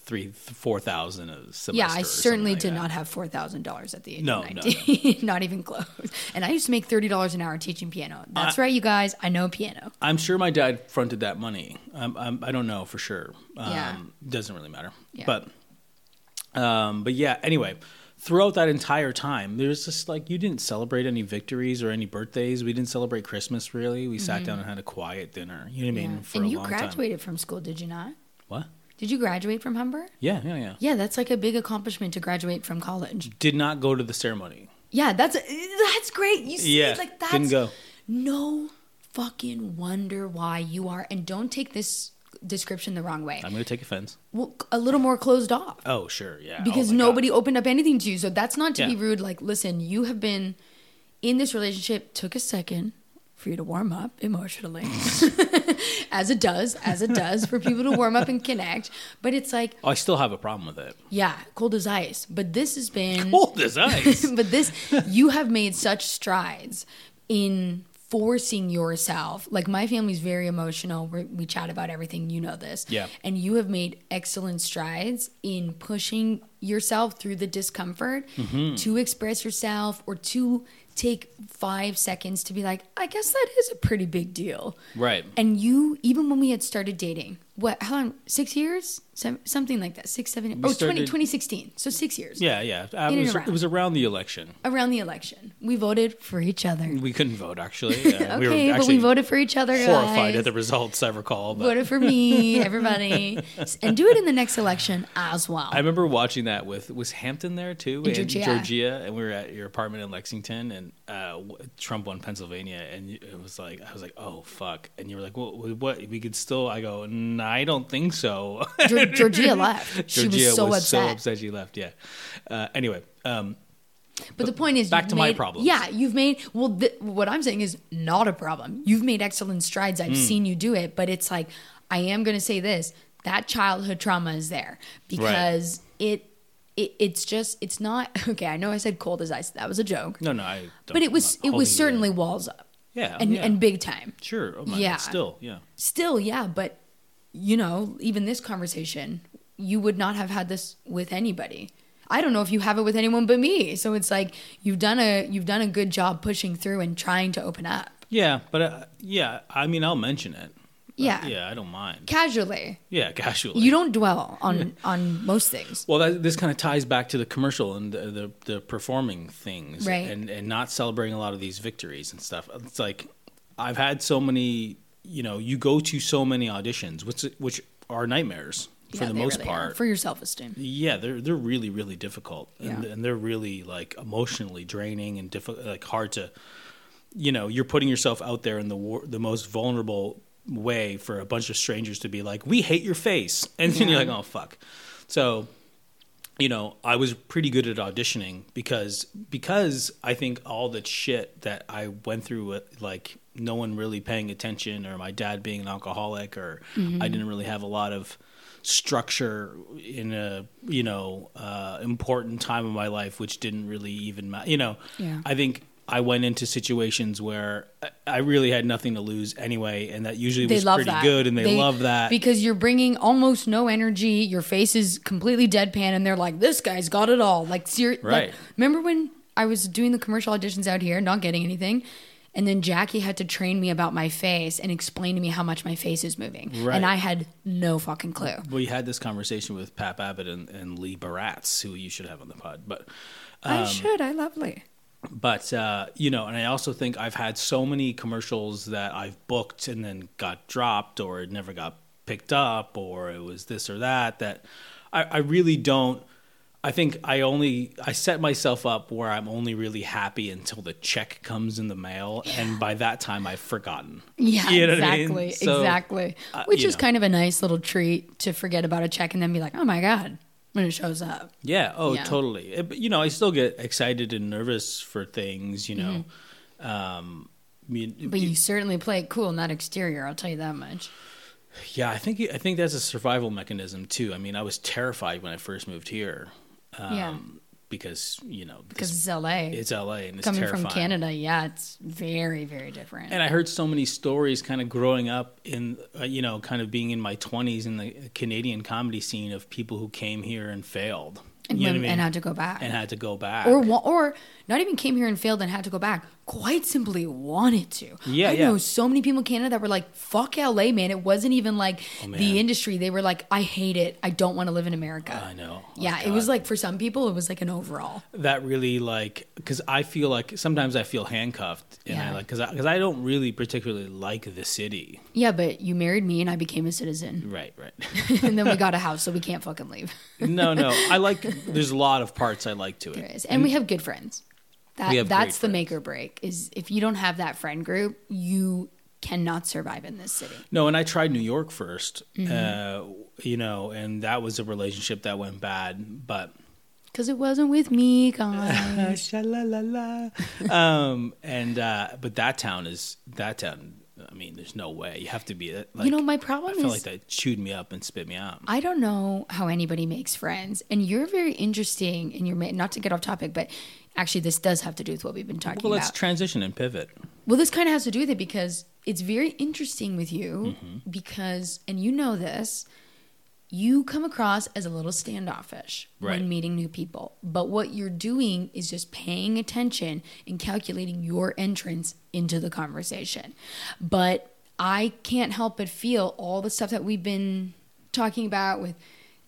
B: three four thousand a semester.
A: yeah,
B: or
A: I
B: something
A: certainly
B: like
A: did
B: that.
A: not have $4,000 at the age
B: No,
A: of
B: no,
A: 19. not even close. And I used to make $30 an hour teaching piano. That's right, you guys. I know piano.
B: I'm sure my dad fronted that money. Um, I'm, I don't know for sure. Um,
A: Yeah.
B: Doesn't really matter.
A: Yeah.
B: But, um, but yeah. Anyway, throughout that entire time, there was just like you didn't celebrate any victories or any birthdays. We didn't celebrate Christmas really. We sat down and had a quiet dinner. Mm-hmm. You know what I mean?
A: Yeah.
B: For
A: And
B: a
A: you
B: long time.
A: graduated from school, did you not?
B: What?
A: Did you graduate from Humber?
B: Yeah, yeah, yeah.
A: Yeah, that's like a big accomplishment to graduate from college.
B: Did not go to the ceremony.
A: Yeah, that's that's great. You see,
B: Yeah,
A: like that's
B: didn't go.
A: no fucking wonder why you are. And don't take this description the wrong way.
B: I'm gonna take offense.
A: Well, a little more closed off
B: Oh sure, yeah. Oh
A: because
B: my God.
A: nobody opened up anything to you. So that's not to be
B: Yeah.
A: rude. Like, listen, you have been in this relationship. Took a second for you to warm up emotionally, as it does, as it does for people to warm up and connect. But it's like,
B: Oh, I still have a problem with it.
A: yeah, cold as ice. But this has been
B: Old as ice.
A: but this you have made such strides in forcing yourself like my family's very emotional We're, we chat about everything you know this
B: Yeah.
A: and you have made excellent strides in pushing yourself through the discomfort
B: Mm-hmm.
A: to express yourself or to take five seconds to be like i guess that is a pretty big deal
B: right.
A: and you even when we had started dating what how long six years Sem- something like that six seven oh 20,
B: started-
A: 2016 so six years
B: yeah, yeah. Uh,
A: In
B: It
A: and
B: was,
A: around.
B: it was around the election.
A: around the election. We voted for each other.
B: We couldn't vote actually. Uh,
A: okay,
B: we
A: but
B: were
A: we
B: actually
A: voted for each other.
B: horrified
A: guys.
B: at the results. I recall, but
A: voted for me, everybody, and do it in the next election as well.
B: I remember watching that at with was Hampton there too, and
A: Georgia.
B: Georgia, and we were at your apartment in Lexington, and uh, w- Trump won Pennsylvania, and you- it was like I was like, oh fuck, and you were like, well, w- what? We could still. I go, "Nah, I don't think so.
A: Geor- Georgia left. She
B: Georgia
A: was so
B: so
A: upset.
B: upset she left. Yeah. Uh, anyway, um,
A: But the point is,
B: back
A: you've
B: to my
A: made-
B: problems.
A: Yeah, you've made well. Th- what I'm saying is not a problem. You've made excellent strides.
B: Hmm.
A: I've seen you do it, but it's like I am going to say this: that childhood trauma is there because it, it it's just it's not okay. I know I said cold as ice. That was a joke.
B: no, no, I. Don't,
A: but it was
B: I'm
A: it
B: not
A: was
B: holding
A: certainly
B: it.
A: walls up.
B: Yeah,
A: and
B: yeah.
A: and big time.
B: sure. Oh my
A: Yeah.
B: God, still, yeah.
A: Still, yeah, but you know, even this conversation, you would not have had this with anybody. I don't know if you have it with anyone but me. So it's like you've done a you've done a good job pushing through and trying to open up.
B: Yeah, but uh, yeah, I mean, I'll mention it. Uh,
A: Yeah.
B: yeah, I don't mind.
A: Casually.
B: Yeah, casually.
A: You don't dwell on on most things.
B: Well, that, this kind of ties back to the commercial and the the, the performing things,
A: Right.
B: And and not celebrating a lot of these victories and stuff. It's like I've had so many, you know, you go to so many auditions, which which are nightmares for
A: Yeah,
B: the
A: they
B: most
A: really are.
B: part.
A: For your self esteem.
B: yeah, they're they're really really difficult, and,
A: Yeah.
B: and they're really like emotionally draining and diffi- like hard to, you know, you're putting yourself out there in the war- the most vulnerable way for a bunch of strangers to be like, we hate your face, and then you're like, oh fuck. So, you know, I was pretty good at auditioning because because I think all the shit that I went through, with, like no one really paying attention, or my dad being an alcoholic, or
A: Mm-hmm.
B: I didn't really have a lot of structure in a you know uh, important time of my life, which didn't really even matter. You know,
A: Yeah.
B: I think I went into situations where I- I really had nothing to lose anyway, and that usually
A: They
B: was
A: love
B: pretty
A: that.
B: good, and they, love that.
A: because you're bringing almost no energy. Your face is completely deadpan, and they're like, "This guy's got it all." Like, ser-
B: Right.
A: Like, remember when I was doing the commercial auditions out here, not getting anything, and then Jackie had to train me about my face and explain to me how much my face is moving,
B: Right.
A: and I had no fucking clue.
B: we had this conversation with Pat Abbott and, and Lee Baratz, who you should have on the pod. But Um,
A: I should. I lovely.
B: but uh, you know, and I also think I've had so many commercials that I've booked and then got dropped or it never got picked up or it was this or that that I, I really don't I think I only I set myself up where I'm only really happy until the check comes in the mail and by that time I've forgotten.
A: Yeah,
B: You know what I mean?
A: exactly,
B: So,
A: exactly.
B: uh,
A: Which
B: you
A: is
B: know.
A: kind of a nice little treat to forget about a check and then be like, "Oh my god," when it shows up.
B: Yeah. Oh,
A: Yeah.
B: totally. It, but, you know, I still get excited and nervous for things. You know, um, I mean,
A: Mm-hmm. But you certainly play it cool, not exterior. I'll tell you that much.
B: yeah. I think I think that's a survival mechanism too. I mean, I was terrified when I first moved here. Um,
A: Yeah.
B: Because you know,
A: because
B: this-
A: it's LA.
B: it's LA and it's
A: coming
B: terrifying.
A: from Canada. Yeah, it's very very different.
B: And I heard so many stories kind of growing up in, uh, you know, kind of being in my 20s in the Canadian comedy scene of people who came here and failed.
A: And
B: you know
A: went-
B: what I mean?
A: and had to go back.
B: And had to go back.
A: or wa- or not even came here and failed and had to go back. Quite simply wanted to.
B: Yeah,
A: I
B: yeah.
A: know so many people in Canada that were like, "Fuck LA, man." It wasn't even like
B: Oh, man.
A: the industry. They were like, "I hate it. I don't want to live in America."
B: I know. Oh,
A: yeah, it
B: God.
A: was like for some people, it was like an overall.
B: that really like because I feel like sometimes I feel handcuffed and I
A: Yeah.
B: like because because I, don't really particularly like the city.
A: Yeah, but you married me and I became a citizen,
B: Right, right.
A: and then we got a house, so we can't fucking leave.
B: no, no. I like there's a lot of parts I like to
A: There
B: it.
A: is. And we have good friends. That
B: We have great
A: that's the
B: friends.
A: make or break. Is if you don't have that friend group, you cannot survive in this city.
B: No, and I tried New York 1st
A: Mm-hmm.
B: uh, you know, and that was a relationship that went bad, but.
A: Cuz it wasn't with me, guys.
B: Uh, sha-la-la-la. um and uh but that town is that town i mean there's no way you have to be uh, like
A: you know, my
B: i
A: problem
B: feel
A: is
B: like that chewed me up and spit me out
A: I don't know how anybody makes friends. And you're very interesting in your ma- not to get off topic, but actually this does have to do with what we've been talking
B: well let's
A: about.
B: transition and pivot
A: Well, this kind of has to do with it because it's very interesting with you
B: Mm-hmm.
A: because, and you know this, you come across as a little standoffish
B: Right.
A: when meeting new people. But what you're doing is just paying attention and calculating your entrance into the conversation. But I can't help but feel all the stuff that we've been talking about with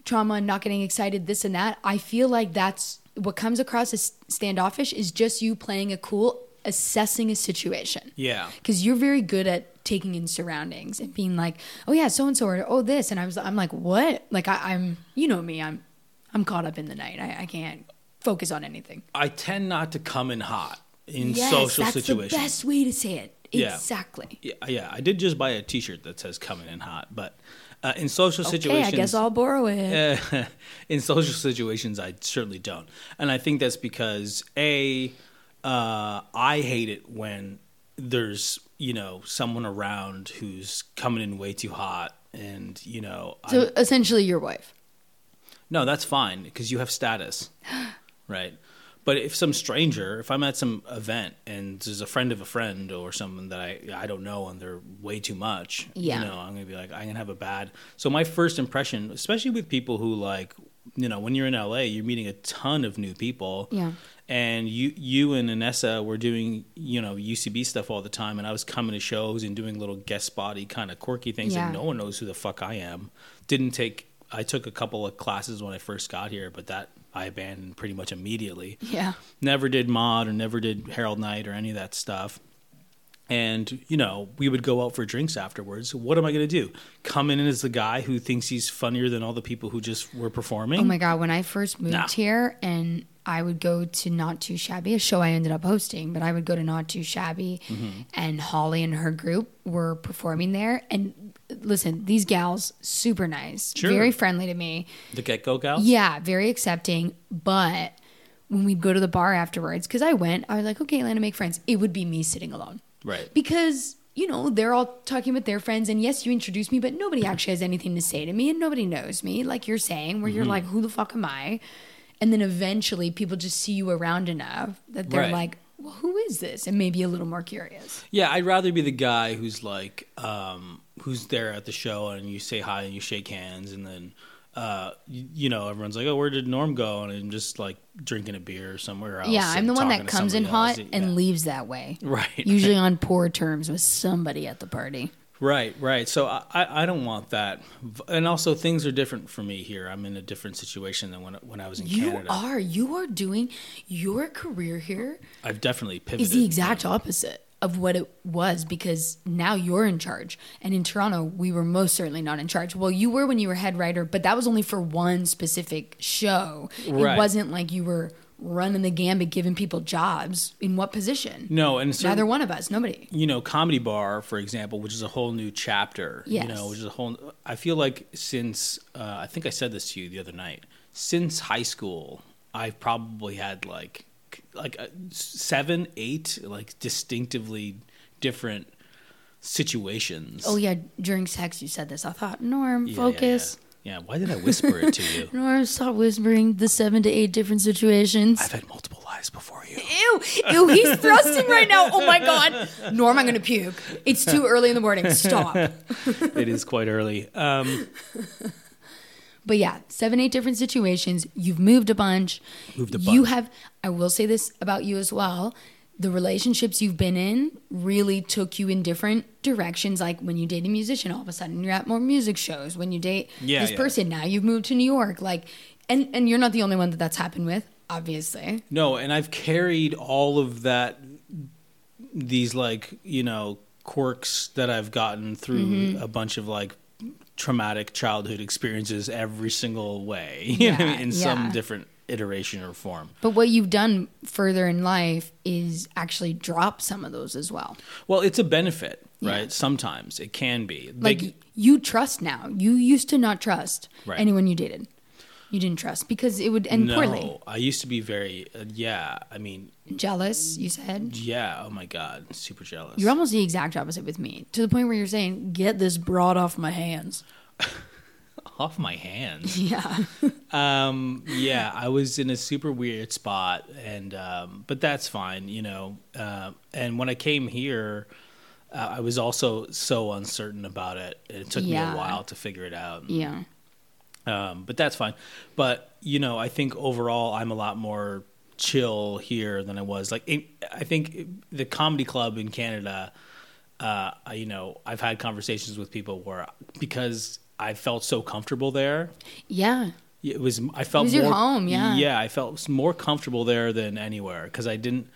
A: trauma and not getting excited, this and that. I feel like that's what comes across as standoffish is just you playing a cool, assessing a situation
B: yeah
A: because you're very good at taking in surroundings and being like, oh yeah, so and so, or oh this, and I was, I'm like, what? Like I, I'm, you know me, I'm, I'm
C: I'm caught up in the night. I, I can't focus on anything.
B: I tend not to come in hot in
C: yes,
B: social
C: that's
B: situations.
C: the best way to say it.
B: Yeah.
C: Exactly.
B: Yeah, yeah, I did just buy a T-shirt that says "Coming in hot," but uh, in social
C: Okay,
B: situations,
C: I guess I'll borrow it.
B: uh, in social situations, I certainly don't, and I think that's because a uh, I hate it when there's you know someone around who's coming in way too hot, and you know I'm-
C: so essentially, your wife.
B: no, that's fine because you have status, right? But if some stranger, if I'm at some event and there's a friend of a friend or someone that I I don't know and they're way too much,
C: Yeah.
B: you know, I'm gonna be like I'm gonna have a bad. So my first impression, especially with people who like, you know, when you're in LA, you're meeting a ton of new people,
C: Yeah.
B: And you you and Anessa were doing you know UCB stuff all the time, and I was coming to shows and doing little guest spotty kind of quirky things,
C: Yeah.
B: and no one knows who the fuck I am. Didn't take I took a couple of classes when I first got here, but that I abandoned pretty much immediately.
C: Yeah.
B: Never did mod or never did Herald Night or any of that stuff. And you know, we would go out for drinks afterwards. What am I going to do? Come in as the guy who thinks he's funnier than all the people who just were performing?
A: Oh my god, when I first moved
B: Nah.
A: here and I would go to Not Too Shabby, a show I ended up hosting, but I would go to Not Too Shabby
B: Mm-hmm.
A: and Holly and her group were performing there and listen, these gals super nice,
B: Sure.
A: very friendly to me.
B: the get go gal.
A: Yeah, very accepting, but when we'd go to the bar afterwards, because I went, I was like, okay, Atlanta, make friends. It would be me sitting alone.
B: Right.
A: Because, you know, they're all talking with their friends, and yes, you introduced me, but nobody actually has anything to say to me, and nobody knows me, like you're saying, where you're
B: Mm-hmm.
A: like, who the fuck am I? And then eventually people just see you around enough that they're
B: Right.
A: like, well, who is this? And maybe a little more curious.
B: Yeah, I'd rather be the guy who's like, um, who's there at the show and you say hi and you shake hands and then, uh, you, you know, everyone's like, oh, where did Norm go? And I'm just like drinking a beer somewhere else.
A: yeah, I'm
B: and
A: the one
B: Oh, talking
A: that
B: to
A: comes in hot
B: somebody else.
A: and
B: Yeah.
A: leaves that way.
B: Right.
A: Usually on poor terms with somebody at the party.
B: Right, right. So I, I I don't want that. V- And also, things are different for me here. I'm in a different situation than when, when I was in
A: You
B: Canada.
A: are. You are doing your career here
B: I've definitely pivoted.
A: is the exact opposite of what it was because now you're in charge. And in Toronto, we were most certainly not in charge. Well, you were when you were head writer, but that was only for one specific show.
B: Right.
A: It wasn't like you were running the gambit, giving people jobs. In what position?
B: No, and certain,
A: Neither one of us. Nobody.
B: you know, comedy bar, for example, which is a whole new chapter.
A: Yes.
B: You know, which is a whole. I feel like since uh, I think I said this to you the other night. Since high school, I've probably had like like uh, seven, eight like distinctively different situations.
A: Oh, yeah. During sex, you said this. I thought, Norm,
B: Yeah, yeah,
A: focus.
B: Yeah, yeah. Why did I whisper it to you?
A: Norm, stop whispering the seven to eight different situations.
B: I've had multiple lives before you.
A: Ew, ew, he's thrusting right now. Oh my God. Norm, I'm going to puke. It's too early in the morning. Stop.
B: it is quite early. Uh,
A: But yeah, seven, eight different situations. You've moved a bunch.
B: Moved a
A: You
B: bunch.
A: have, I will say this about you as well. The relationships you've been in really took you in different directions. Like when you date a musician, all of a sudden you're at more music shows. When you date
B: Yeah,
A: this
B: yeah.
A: person, now you've moved to New York. Like, and, and you're not the only one that that's happened with, obviously.
B: no, and I've carried all of that, these like, you know, quirks that I've gotten through
A: Mm-hmm.
B: a bunch of like traumatic childhood experiences every single way you know,
A: Yeah,
B: in some
A: yeah.
B: different iteration or form.
A: But what you've done further in life is actually drop some of those as well.
B: Well, it's a benefit, right? Sometimes it can be. They-
A: like you trust now. You used to not trust
B: Right.
A: anyone you dated. You didn't trust because it would end
B: no,
A: poorly.
B: I used to be very, uh, yeah, I mean,
A: Jealous, you said.
B: yeah, oh my God, super jealous.
A: You're almost the exact opposite with me, to the point where you're saying, "Get this broad off my hands."
B: Off my hands.
A: Yeah,
B: um yeah i was in a super weird spot and um but that's fine you know uh, and when i came here uh, i was also so uncertain about it it took me
A: Yeah.
B: a while to figure it out
A: yeah,
B: um, but that's fine. But you know, I think overall, I'm a lot more chill here than I was. Like, it, I think the comedy club in Canada, uh, I- you know, I've had conversations with people where because I felt so comfortable there.
A: yeah.
B: It was I felt
A: was
B: more
A: your home, yeah.
B: yeah. I felt more comfortable there than anywhere because I didn't.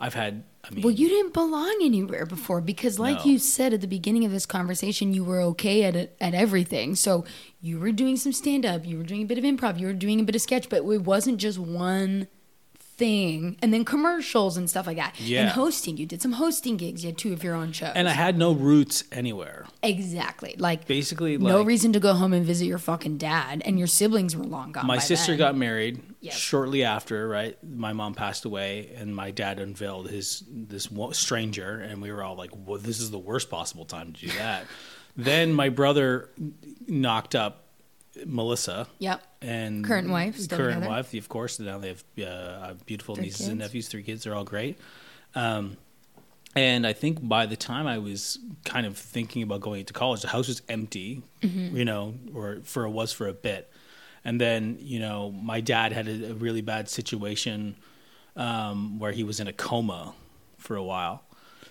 B: I've had. I mean,
A: Well, you didn't belong anywhere before because, like
B: No.
A: you said at the beginning of this conversation, you were okay at at everything. So you were doing some stand up, you were doing a bit of improv, you were doing a bit of sketch, but it wasn't just one thing. And then commercials and stuff like that. And
B: Yeah.
A: hosting, you did some hosting gigs. You had two of your own shows.
B: and I had no roots anywhere.
A: exactly like
B: Basically, like
A: no reason to go home and visit your fucking dad, and your siblings were long gone.
B: my
A: by
B: sister
A: then.
B: got married
A: Yes.
B: shortly after right my mom passed away and my dad unveiled his this wo- stranger and we were all like well this is the worst possible time to do that then my brother knocked up melissa
A: Yep.
B: and
A: Current wife, still
B: current
A: together.
B: wife of course now they have uh, beautiful
A: Three
B: nieces and
A: kids.
B: nephews three kids they're all great um, and I think by the time I was kind of thinking about going to college, the house was empty,
A: Mm-hmm.
B: you know, or for it was for a bit. And then, you know, my dad had a, a really bad situation um, where he was in a coma for a while.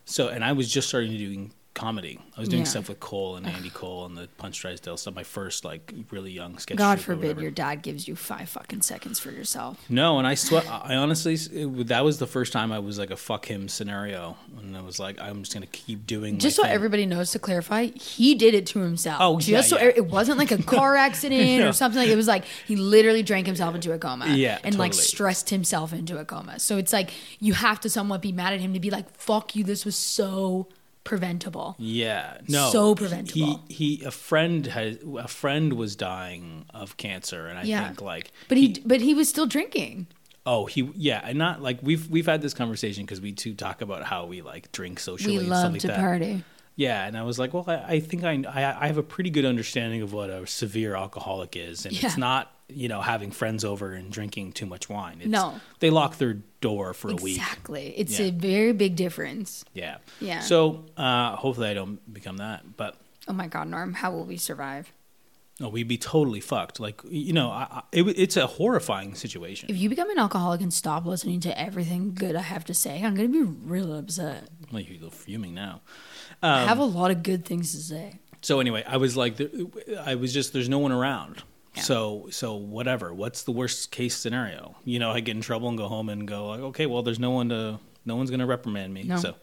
B: So, and I was just starting to doing comedy. I was doing
A: Yeah.
B: stuff with Cole and Andy Cole and the Punch Drysdale stuff. My first like really young sketch.
A: God
B: troupe or
A: forbid
B: whatever.
A: your dad gives you five fucking seconds for yourself.
B: No, and I sweat. I honestly, it, that was the first time I was like a fuck him scenario, and I was like, I'm just gonna keep doing. my
A: Just so
B: thing.
A: everybody knows to clarify, he did it to himself.
B: uh, Oh,
A: just
B: yeah,
A: so
B: yeah.
A: it wasn't like a car accident or something. Like it was like he literally drank himself into a coma.
B: Yeah,
A: and like
B: totally.
A: stressed himself into a coma. So it's like you have to somewhat be mad at him to be like, "Fuck you! This was so preventable."
B: Yeah, no,
A: So preventable.
B: He, he, a friend has a friend was dying of cancer, and I
A: Yeah.
B: think like,
A: But he, but he was still drinking.
B: oh, he, yeah, and not like we've we've had this conversation because we too talk about how we like drink socially
A: We
B: and
A: love
B: stuff like
A: to
B: that.
A: party.
B: Yeah, and I was like, well, I, I think I, I I have a pretty good understanding of what a severe alcoholic is, and
A: Yeah.
B: it's not you know having friends over and drinking too much wine. It's,
A: No.
B: they lock their door for a week.
A: Exactly. It's
B: Yeah.
A: a very big difference.
B: Yeah,
A: Yeah.
B: So uh, hopefully I don't become that, but.
A: Oh my God, Norm, how will we survive?
B: No, we'd be totally fucked. Like you know, I, I, it, w- it's a horrifying situation.
A: If you become an alcoholic and stop listening to everything good I have to say, I'm gonna be real upset.
B: Like you're fuming now.
A: I have a
B: Um,
A: lot of good things to say.
B: So anyway, I was like, there- I was just there's no one around.
A: Yeah.
B: So so whatever. What's the worst case scenario? You know, I get in trouble and go home and go like, okay, well, there's no one to, no one's gonna reprimand me.
A: No.
B: So,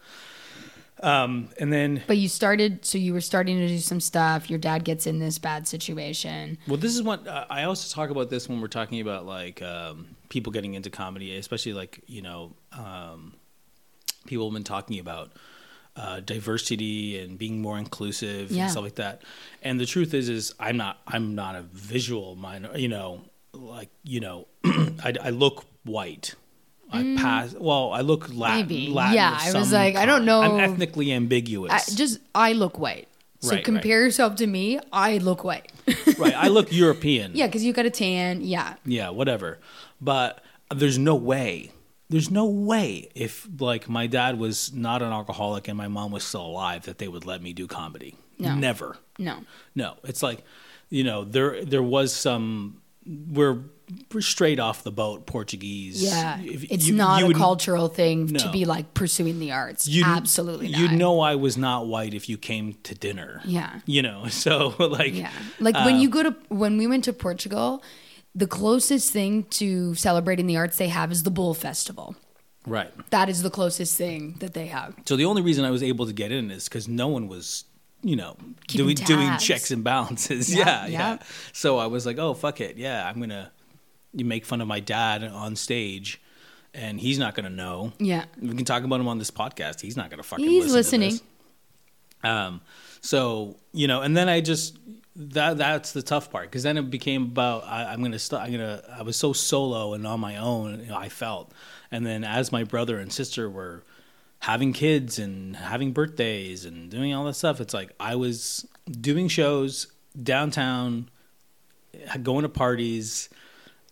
B: um, and then
A: But you started, so you were starting to do some stuff. Your dad gets in this bad situation.
B: Well, this is what uh, I also talk about this when we're talking about like um, people getting into comedy, especially like you know um, people have been talking about uh, diversity and being more inclusive
A: Yeah.
B: and stuff like that. And the truth is, is I'm not I'm not a visual minor, you know, like you know, I, I look white. I pass. Well, I look Latin.
A: Mm. Maybe.
B: Latin
A: Yeah,
B: of
A: I was
B: some
A: like, I don't
B: kind.
A: know.
B: I'm ethnically ambiguous.
A: I, just, I look white. So
B: Right, right.
A: compare yourself to me. I look white.
B: right. I look European.
A: yeah, because you got a tan. Yeah.
B: yeah, whatever. But there's no way. There's no way if like my dad was not an alcoholic and my mom was still alive that they would let me do comedy.
A: No.
B: Never.
A: No.
B: No. It's like, you know, there there was some we're we're straight off the boat Portuguese.
A: Yeah.
B: If-
A: it's
B: you-
A: not
B: you
A: a
B: would-
A: cultural thing to
B: No.
A: be like pursuing the arts.
B: you'd-
A: Absolutely not.
B: You'd know I was not white if you came to dinner.
A: Yeah.
B: You know, so like uh,
A: Yeah. Like
B: Um,
A: when you go to when we went to Portugal, the closest thing to celebrating the arts they have is the Bull Festival.
B: Right.
A: That is the closest thing that they have.
B: So the only reason I was able to get in is because no one was, you know,
A: Keeping
B: doing doing
A: tabs.
B: checks and balances.
A: Yeah,
B: Yeah, yeah,
A: yeah.
B: So I was like, oh fuck it, yeah, I'm gonna you make fun of my dad on stage, and he's not gonna know.
A: Yeah.
B: we can talk about him on this podcast. He's not gonna fucking.
A: He's
B: listen to
A: listening.
B: this. Um, so you know, and then I just that that's the tough part because then it became about I, I'm gonna st- I'm gonna I was so solo and on my own. You know, I felt, and then as my brother and sister were having kids and having birthdays and doing all that stuff, it's like I was doing shows downtown, going to parties.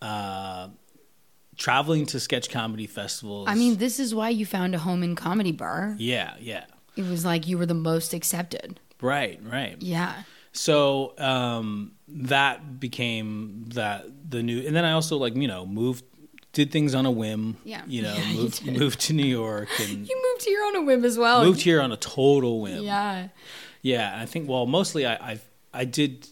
B: Uh, traveling to sketch comedy festivals
A: I mean, this is why you found a home in comedy bar.
B: yeah yeah
A: It was like you were the most accepted.
B: right right
A: Yeah.
B: So um, that became that the new, and then I also like you know moved, did things on a whim.
A: Yeah.
B: you know
A: Yeah, you
B: moved
A: did.
B: moved to New York and
A: You moved here on a whim as well.
B: moved here on a total whim.
A: Yeah.
B: Yeah, I think well, mostly I I I did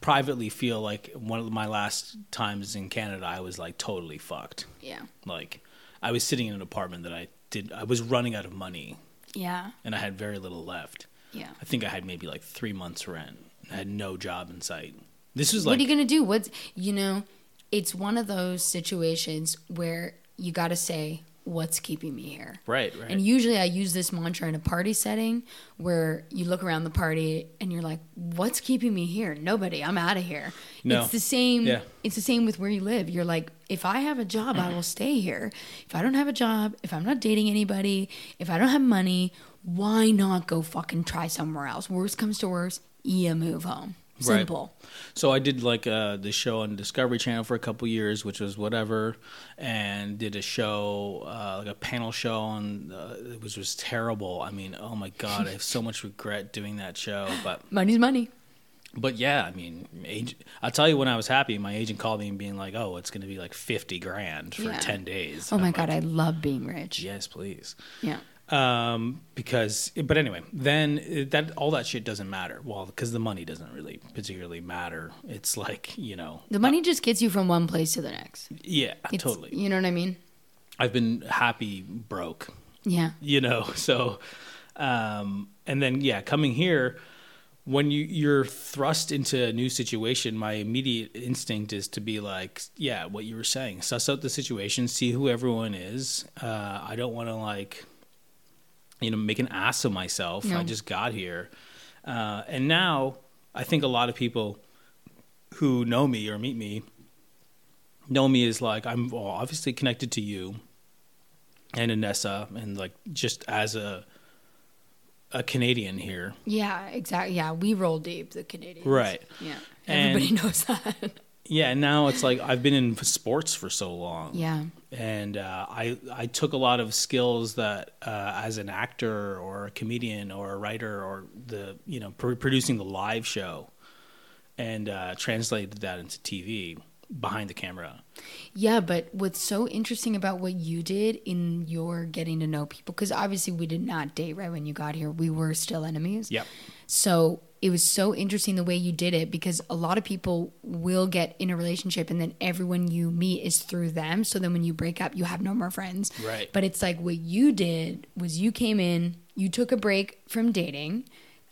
B: privately feel like one of my last times in Canada, I was like totally fucked.
A: Yeah.
B: Like I was sitting in an apartment that I did I was running out of money
C: Yeah.
B: and I had very little left.
C: Yeah.
B: I think I had maybe like three months rent. I had no job in sight. This was
A: what
B: like
A: are you gonna do? What's you know, it's one of those situations where you gotta say, What's keeping me here?
B: right, right.
A: And usually I use this mantra in a party setting where you look around the party and you're like, what's keeping me here? Nobody. I'm out of here.
B: No.
A: It's the same
B: Yeah.
A: it's the same with where you live. You're like, if I have a job, I will stay here. If I don't have a job, if I'm not dating anybody, if I don't have money, why not go fucking try somewhere else? Worst comes to worst, yeah, move home.
B: Right.
A: Simple.
B: So I did like uh, the show on Discovery Channel for a couple years, which was whatever, and did a show uh, like a panel show on uh, it was was terrible. I mean, oh my god, I have so much regret doing that show. But
A: Money's money.
B: but yeah, I mean, age, I'll tell you when I was happy. My agent called me and being like, "Oh, it's going to be like fifty grand for
C: Yeah.
B: ten days."
A: Oh
B: And
A: my
B: I'm
A: god,
B: like,
A: I love being rich.
B: yes, please
A: yeah.
B: um, because but anyway then it- that all that shit doesn't matter well because the money doesn't really particularly matter it's like you know
A: The money just gets you from one place to the next.
B: yeah
A: It's-
B: totally
A: You know what I mean?
B: i've been happy broke
A: Yeah.
B: you know so um and then yeah coming here when you you're thrust into a new situation my immediate instinct is to be like yeah what you were saying suss out the situation see who everyone is uh i don't want to like you know make an ass of myself
A: No.
B: i just got here uh and now i think a lot of people who know me or meet me know me as like i'm well, obviously connected to you and Anessa and like just as a a Canadian here.
A: Yeah, exactly. Yeah, we roll deep, the Canadians.
B: Right.
A: Yeah.
B: And-
A: Everybody knows that.
B: Yeah, and now it's like I've been in sports for so long.
A: Yeah.
B: And uh, I I took a lot of skills that uh, as an actor or a comedian or a writer or the you know pr- producing the live show, and uh, translated that into TV behind the camera.
A: Yeah, but what's so interesting about what you did in your getting to know people, because obviously we did not date right when you got here. We were still enemies.
B: Yep.
A: So it was so interesting the way you did it because a lot of people will get in a relationship and then everyone you meet is through them. So then when you break up, you have no more friends.
B: Right.
A: But it's like what you did was you came in, you took a break from dating.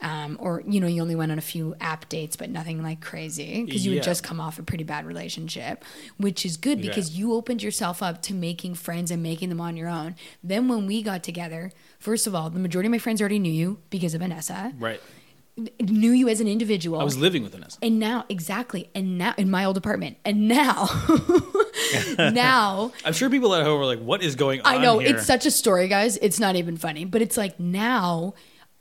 A: Um, or you know you only went on a few app dates but nothing like crazy because you
B: Yeah.
A: had just come off a pretty bad relationship which is good because
B: Yeah.
A: you opened yourself up to making friends and making them on your own then when we got together first of all the majority of my friends already knew you because of vanessa
B: Right.
A: knew you as an individual.
B: I was living with Anessa.
A: and now exactly, and now in my old apartment, and now, now
B: I'm sure people at home were like, "What is going on?"
A: I know
B: here?"
A: it's such a story, guys. It's not even funny, but it's like now.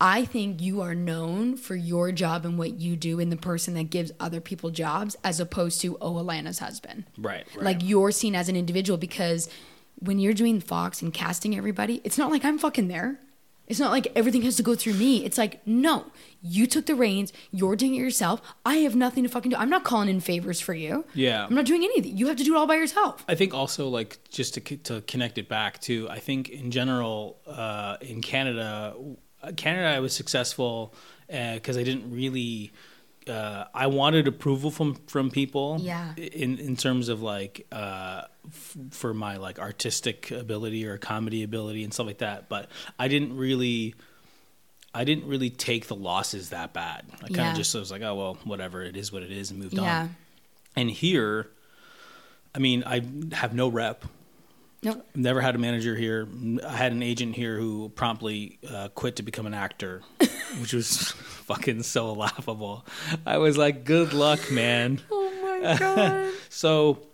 A: I think you are known for your job and what you do, and the person that gives other people jobs, as opposed to oh, Alana's husband.
B: Right, right.
A: Like you're seen as an individual because when you're doing Fox and casting everybody, it's not like I'm fucking there. It's not like everything has to go through me. It's like, no, you took the reins. You're doing it yourself. I have nothing to fucking do. I'm not calling in favors for you.
B: Yeah.
A: I'm not doing anything. You have to do it all by yourself.
B: I think also like just to c- to connect it back to I think in general uh, in Canada, uh, Canada I was successful because I didn't really. Uh, I wanted approval from from people.
A: Yeah.
B: In in terms of like uh, f- for my like artistic ability or comedy ability and stuff like that, but I didn't really. I didn't really take the losses that bad. I kind of
A: Yeah.
B: just was like, oh well, whatever, it is what it is, and moved
A: Yeah.
B: on. And here, I mean, I have no rep.
A: No.
B: Never had a manager here. I had an agent here who promptly uh, quit to become an actor, which was fucking so laughable. I was like, "Good luck, man."
A: Oh my god.
B: So,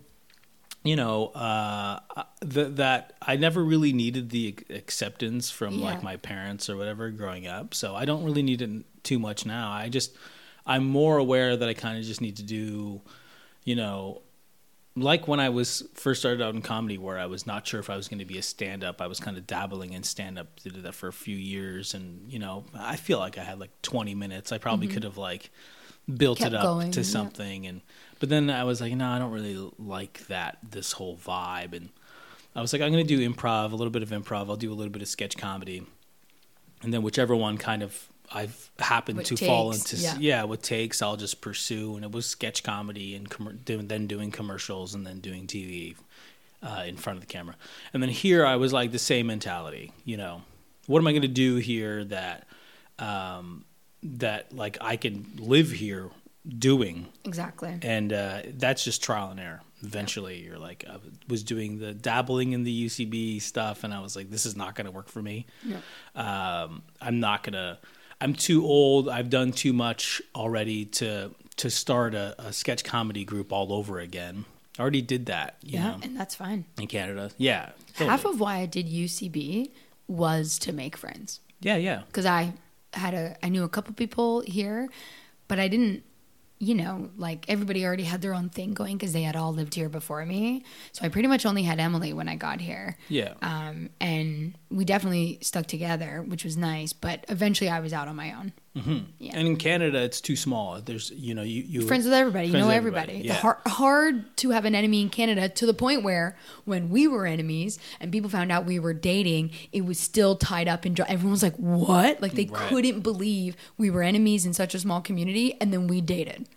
B: you know, uh, th- that I never really needed the ac- acceptance from
A: Yeah.
B: like my parents or whatever growing up. So I don't really need it n- too much now. I just, I'm more aware that I kind of just need to do, you know, like when I was first started out in comedy, where I was not sure if I was going to be a stand up, I was kind of dabbling in stand up. Did that for a few years, and you know, I feel like I had like 20 minutes. I probably could have like built
A: Mm-hmm. Kept
B: it up
A: going,
B: to
A: yeah.
B: something, and but then I was like, no, I don't really like that this whole vibe, and I was like, I'm going to do improv, a little bit of improv. I'll do a little bit of sketch comedy, and then whichever one kind of I've happened
A: What
B: to fall
A: takes,
B: into,
A: yeah.
B: yeah. what takes I'll just pursue. And it was sketch comedy and com- then doing commercials and then doing TV. uh, in front of the camera. And then here, I was like the same mentality. You know, what am I going to do here that um, that like I can live here doing
D: Exactly.
B: and uh, that's just trial and error. Eventually, you're like, I was doing the dabbling in the UCB stuff, and I was like, this is not going to work for me. Um, I'm not gonna. I'm too old. I've done too much already to to start a, a sketch comedy group all over again. I already did that. You
A: Yeah,
B: know,
A: and that's fine.
B: in Canada. Yeah.
A: Half
B: totally.
A: of why I did UCB was to make friends
B: yeah, yeah.
A: because I had a I knew a couple people here, but I didn't. You know, like everybody already had their own thing going because they had all lived here before me. So I pretty much only had Emily when I got here.
B: Yeah.
A: Um, and we definitely stuck together, which was nice. But eventually, I was out on my own. yeah.
B: And in Canada, it's too small. There's, you know, you, you
A: friends with everybody. You
B: friends
A: know
B: with
A: everybody.
B: Yeah.
A: The har- hard to have an enemy in Canada to the point where when we were enemies and people found out we were dating, it was still tied up in. Dr- Everyone's like, "What?" Like they
B: Right.
A: couldn't believe we were enemies in such a small community, and then we dated.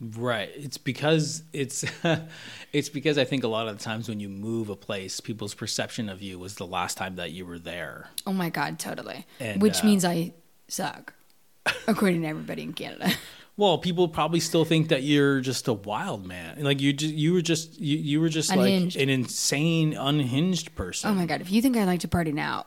B: Right. It's because it's it's because I think a lot of the times when you move a place, people's perception of you was the last time that you were there.
A: Oh my god, totally.
B: And,
A: Which
B: uh,
A: means I suck, according to everybody in Canada.
B: Well, people probably still think that you're just a wild man. Like you just, you were just you, you were just
A: Unhinged.
B: like an insane unhinged person.
A: Oh my god, if you think I like to party now,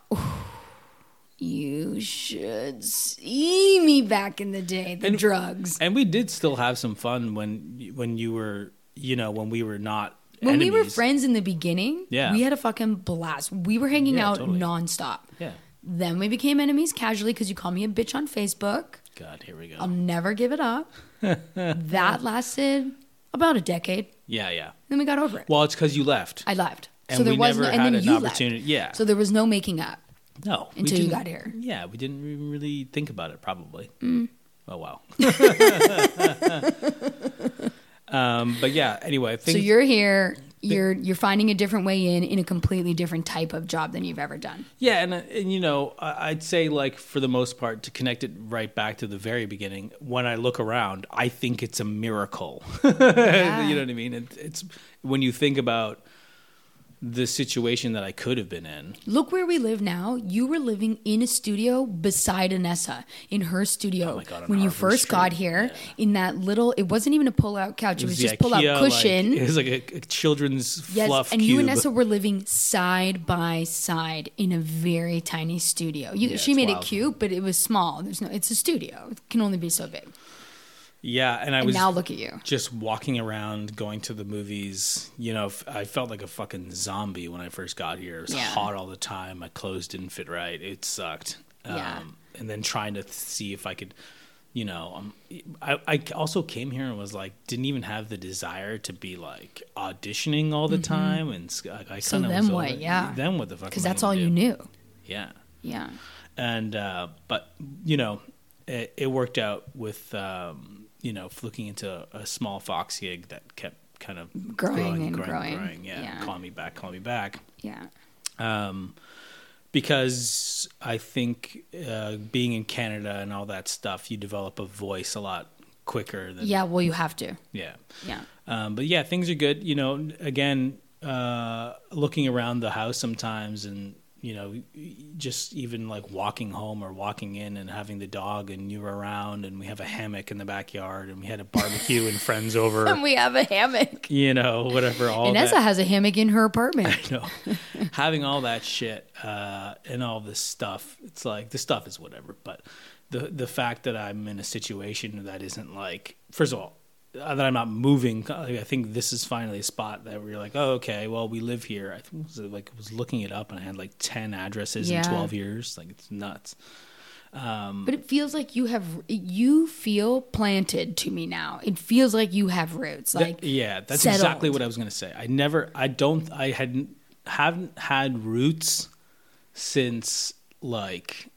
A: you should see me back in the day. The drugs.
B: And we did still have some fun when when you were, you know, when we were not
A: when
B: enemies.
A: we were friends in the beginning,
B: Yeah.
A: we had a fucking blast. We were hanging
B: Yeah,
A: out
B: totally.
A: nonstop.
B: Yeah.
A: Then we became enemies casually because you call me a bitch on Facebook.
B: God, here we go.
A: I'll never give it up. that lasted about a decade.
B: yeah, yeah.
A: Then we got over it.
B: Well, it's because you left.
A: I left.
B: And
A: so there
B: we
A: was
B: never
A: no, and
B: had
A: then
B: an
A: you
B: opportunity-
A: Left.
B: yeah.
A: So there was no making up.
B: No, we
A: Until you
B: didn't-
A: got here. Mm.
B: Yeah, we didn't even really think about it. Probably. Oh wow. um, but yeah. Anyway, things,
A: so you're here. You're you're finding a different way in in a completely different type of job than you've ever done.
B: yeah, and uh, and you know, I- I'd say like for the most part to connect it right back to the very beginning. When I look around, I think it's a miracle. you know what I mean? It, it's when you think about the situation that I could have been in.
A: Look where we live now. You were living in a studio beside Anessa in her studio
B: Oh God, on
A: when you
B: Harvard
A: first
B: Street.
A: got here. In that little, it wasn't even a pull-out couch. It, was,
B: the
A: just pull-out
B: IKEA, like-
A: cushion.
B: it was like a, a children's
A: yes,
B: fluff
A: and
B: cube.
A: you and Anessa were living side by side in a very tiny studio. You,
B: Yeah,
A: she
B: it's
A: made
B: wild.
A: it cute, but it was small. There's no. It's a studio. It can only be so big.
B: yeah, and I
A: And
B: was
A: now look at you.
B: just walking around, going to the movies. You know, f- I felt like a fucking zombie when I first got here. It was
A: Yeah.
B: hot all the time. My clothes didn't fit right. It sucked. Um,
A: Yeah.
B: And then trying to th- see if I could, you know, um, I, I also came here and was like, didn't even have the desire to be like auditioning all the time. And s- I,
A: Mm-hmm.
B: I
A: So
B: kind of
A: then
B: was
A: what?
B: over-
A: Yeah.
B: Then what the fuck?
A: Because
B: am I
A: that's
B: gonna
A: all you
B: do?
A: knew.
B: Yeah
A: Yeah.
B: and uh, but you know it, it worked out with um, you know looking into a small fox gig that kept kind of
A: Growing and growing.
B: yeah.
A: Yeah.
B: call me back call me back
A: Yeah.
B: um, because I think uh, being in Canada and all that stuff you develop a voice a lot quicker than
A: Yeah. Well, you have to.
B: yeah
A: Yeah.
B: um, but yeah, things are good. You know, again, uh, looking around the house sometimes and, you know, just even like walking home or walking in and having the dog and you were around and we have a hammock in the backyard and we had a barbecue and friends over,
A: And we have a hammock.
B: you know, whatever. All
A: Anessa
B: that,
A: has a hammock in her apartment.
B: you know, having all that shit uh, and all this stuff. It's like the stuff is whatever, but the the fact that I'm in a situation that isn't like first of all uh, that I'm not moving. uh, I think this is finally a spot that we're like, oh okay, well we live here. I think was uh, like was looking it up and I had like ten addresses
A: Yeah.
B: in twelve years. Like it's nuts.
A: But it feels like you have you feel planted to me now. It feels like you have roots.
B: That-
A: Like
B: yeah, that's
A: settled.
B: exactly what I was gonna say. I never, I don't, I hadn't, haven't had roots since like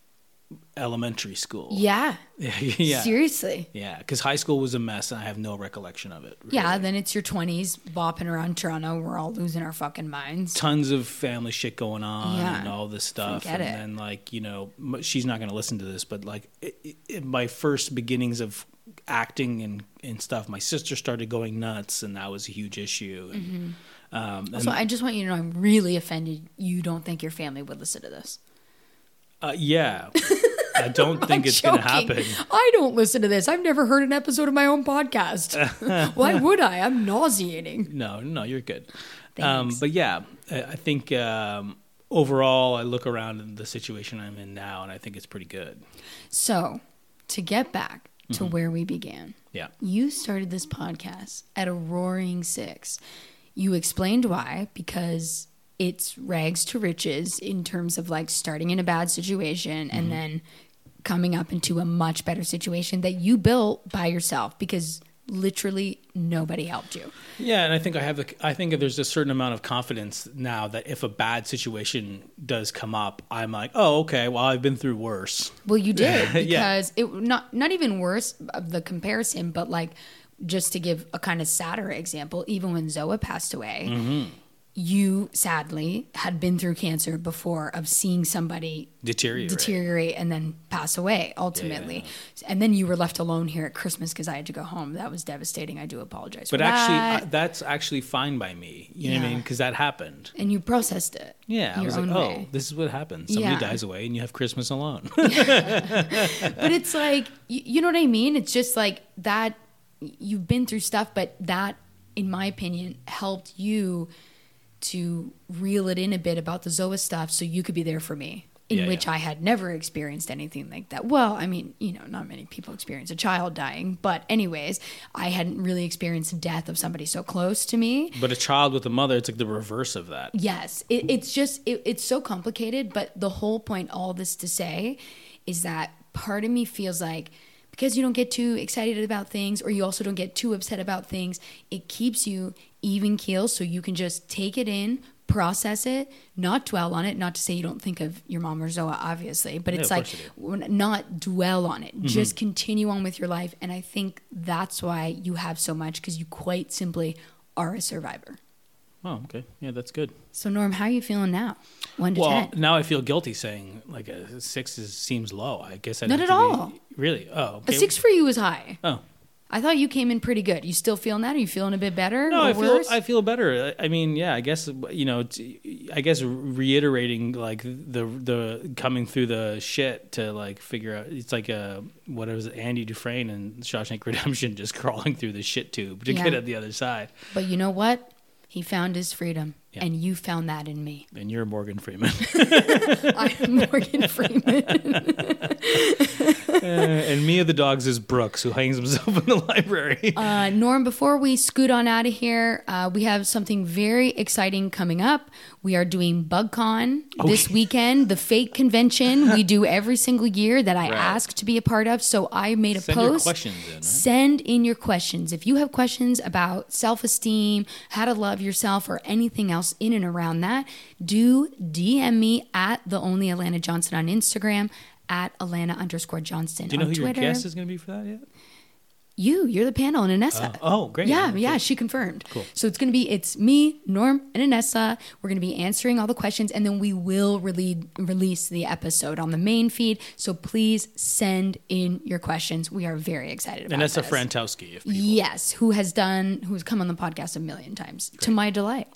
B: elementary school.
A: yeah,
B: yeah,
A: seriously.
B: yeah, because high school was a mess, and I have no recollection of it.
A: Yeah,
B: really.
A: then it's your twenties bopping around Toronto. We're all losing our fucking minds.
B: tons of family shit going on
A: Yeah.
B: and all this stuff.
A: Forget
B: and
A: it.
B: then like you know, m- she's not going to listen to this, but like i i in my first beginnings of acting and and stuff, my sister started going nuts, and that was a huge issue. And,
A: Mm-hmm.
B: Um, and-
A: So I just want you to know I'm really offended you don't think your family would listen to this.
B: uh, yeah, I don't think it's going to happen.
A: I don't listen to this. I've never heard an episode of my own podcast. Why would I? I'm nauseating.
B: No, no, you're good. Um,
A: Thanks.
B: but yeah, I, I think um, overall, I look around at the situation I'm in now, and I think it's pretty good.
A: So, to get back to where we began,
B: Yeah.
A: you started this podcast at a roaring six. You explained why, because it's rags to riches in terms of like starting in a bad situation and then coming up into a much better situation that you built by yourself because literally nobody helped you.
B: Yeah, and I think I have the. I think there's a certain amount of confidence now that if a bad situation does come up, I'm like, oh, okay. Well, I've been through worse.
A: Well, you did
B: Yeah.
A: because it not not even worse of the comparison, but like just to give a kind of sadder example, even when Zoa passed away,
B: Mm-hmm.
A: you sadly had been through cancer before of seeing somebody
B: Deteriorate.
A: deteriorate and then pass away ultimately, and then you were left alone here at Christmas because I had to go home. That was devastating. I do apologize, for
B: But actually,
A: that.
B: I, that's actually fine by me. You know what
A: Yeah.
B: I mean? Because that happened.
A: and you processed it.
B: Yeah, I
A: your
B: was like,
A: own
B: oh,
A: way.
B: this is what happens. Somebody
A: Yeah.
B: dies away, and you have Christmas alone.
A: but it's like you, you know what I mean. It's just like that. You've been through stuff, but that, in my opinion, helped you to reel it in a bit about the Zoa stuff, so you could be there for me. In
B: Yeah,
A: which
B: yeah.
A: I had never experienced anything like that. Well, I mean, you know, not many people experience a child dying, but anyways, I hadn't really experienced the death of somebody so close to me.
B: but a child with a mother, it's like the reverse of that.
A: Yes, it, it's just it, it's so complicated. But the whole point, all this to say, is that part of me feels like because you don't get too excited about things, or you also don't get too upset about things, it keeps you even keel, so you can just take it in, process it, not dwell on it. Not to say you don't think of your mom or Zoa, obviously, but
B: Yeah,
A: it's
B: of
A: like
B: course you do. Mm-hmm.
A: when- not dwell on it. Just continue on with your life, and I think that's why you have so much because you quite simply are a survivor.
B: Oh, okay. Yeah, that's good.
A: So Norm, how are you feeling now? One to
B: Well,
A: ten.
B: now I feel guilty saying like a six is, seems low. I guess I
A: Not
B: have
A: at
B: to be-
A: all.
B: Really? Oh,
A: A
B: okay.
A: six for you is high.
B: Oh.
A: I thought you came in pretty good. You still feeling that? Are you feeling a bit better
B: No,
A: or
B: I feel
A: worse?
B: I feel better. I I mean, yeah, I guess you know, t- I guess reiterating like the the coming through the shit to like figure out it's like a what it was Andy Dufresne and Shawshank Redemption just crawling through the shit tube to get
A: Yeah.
B: at the other side.
A: but you know what? He found his freedom,
B: Yeah.
A: and you found that in me.
B: And you're Morgan Freeman,
A: I'm Morgan Freeman.
B: Uh, and Mia the Dogs is Brooks, who hangs himself in the library.
A: Uh, Norm, before we scoot on out of here, uh, we have something very exciting coming up. We are doing BugCon this weekend, the fake convention we do every single year that I
B: Right.
A: ask to be a part of. So I made a
B: Send your
A: post.
B: questions in, right?
A: Send in your questions. If you have questions about self esteem, how to love yourself, or anything else in and around that, do DM me at the only Alana Johnson on Instagram. At Alana underscore Johnston.
B: Do you know
A: on
B: who
A: Twitter.
B: your guest is going to be for that yet?
A: You, you're the panel and Anessa.
B: Oh, oh, great.
A: Yeah,
B: Okay.
A: yeah, she confirmed. Cool. So it's gonna be it's me, Norm, and Anessa. We're gonna be answering all the questions, and then we will rele- release the episode on the main feed. So please send in your questions. We are very excited about
B: And that's a
A: this.
B: Frantowski. If people,
A: Yes, who has done who's come on the podcast a million times to my delight.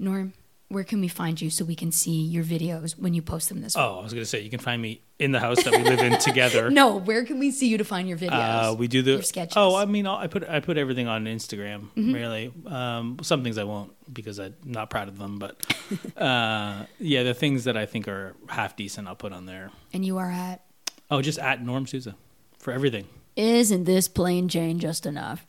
A: Norm, where can we find you so we can see your videos when you post them this week?
B: oh, I was going to say you can find me in the house that we live in together.
A: No, where can we see you to find your videos?
B: Uh, we do the
A: your sketches. Mm-hmm.
B: Oh, I mean, I put I put everything on Instagram. Really, um, some things I won't because I'm not proud of them. But uh, yeah, the things that I think are half decent, I'll put on there.
A: and you are at
B: Oh, just at Norm Souza for everything.
A: Isn't this plain Jane just enough?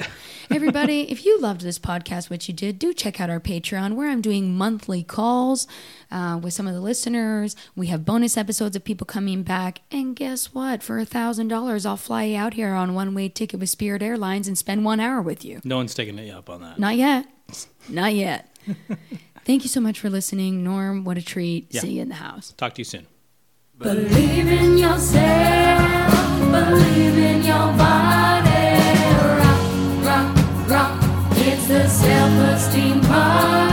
A: Everybody, if you loved this podcast, which you did, do check out our Patreon where I'm doing monthly calls uh, with some of the listeners. We have bonus episodes of people coming back. And guess what? For a $1,000, I'll fly you out here on one way ticket with Spirit Airlines and spend one hour with you.
B: No one's taking it up on that.
A: Not yet. Not yet. Thank you so much for listening. Norm, what a treat.
B: Yeah.
A: See you in the house.
B: Talk to you soon.
E: Believe in yourself, believe in your body. Rock, rock, rock. It's the self esteem party.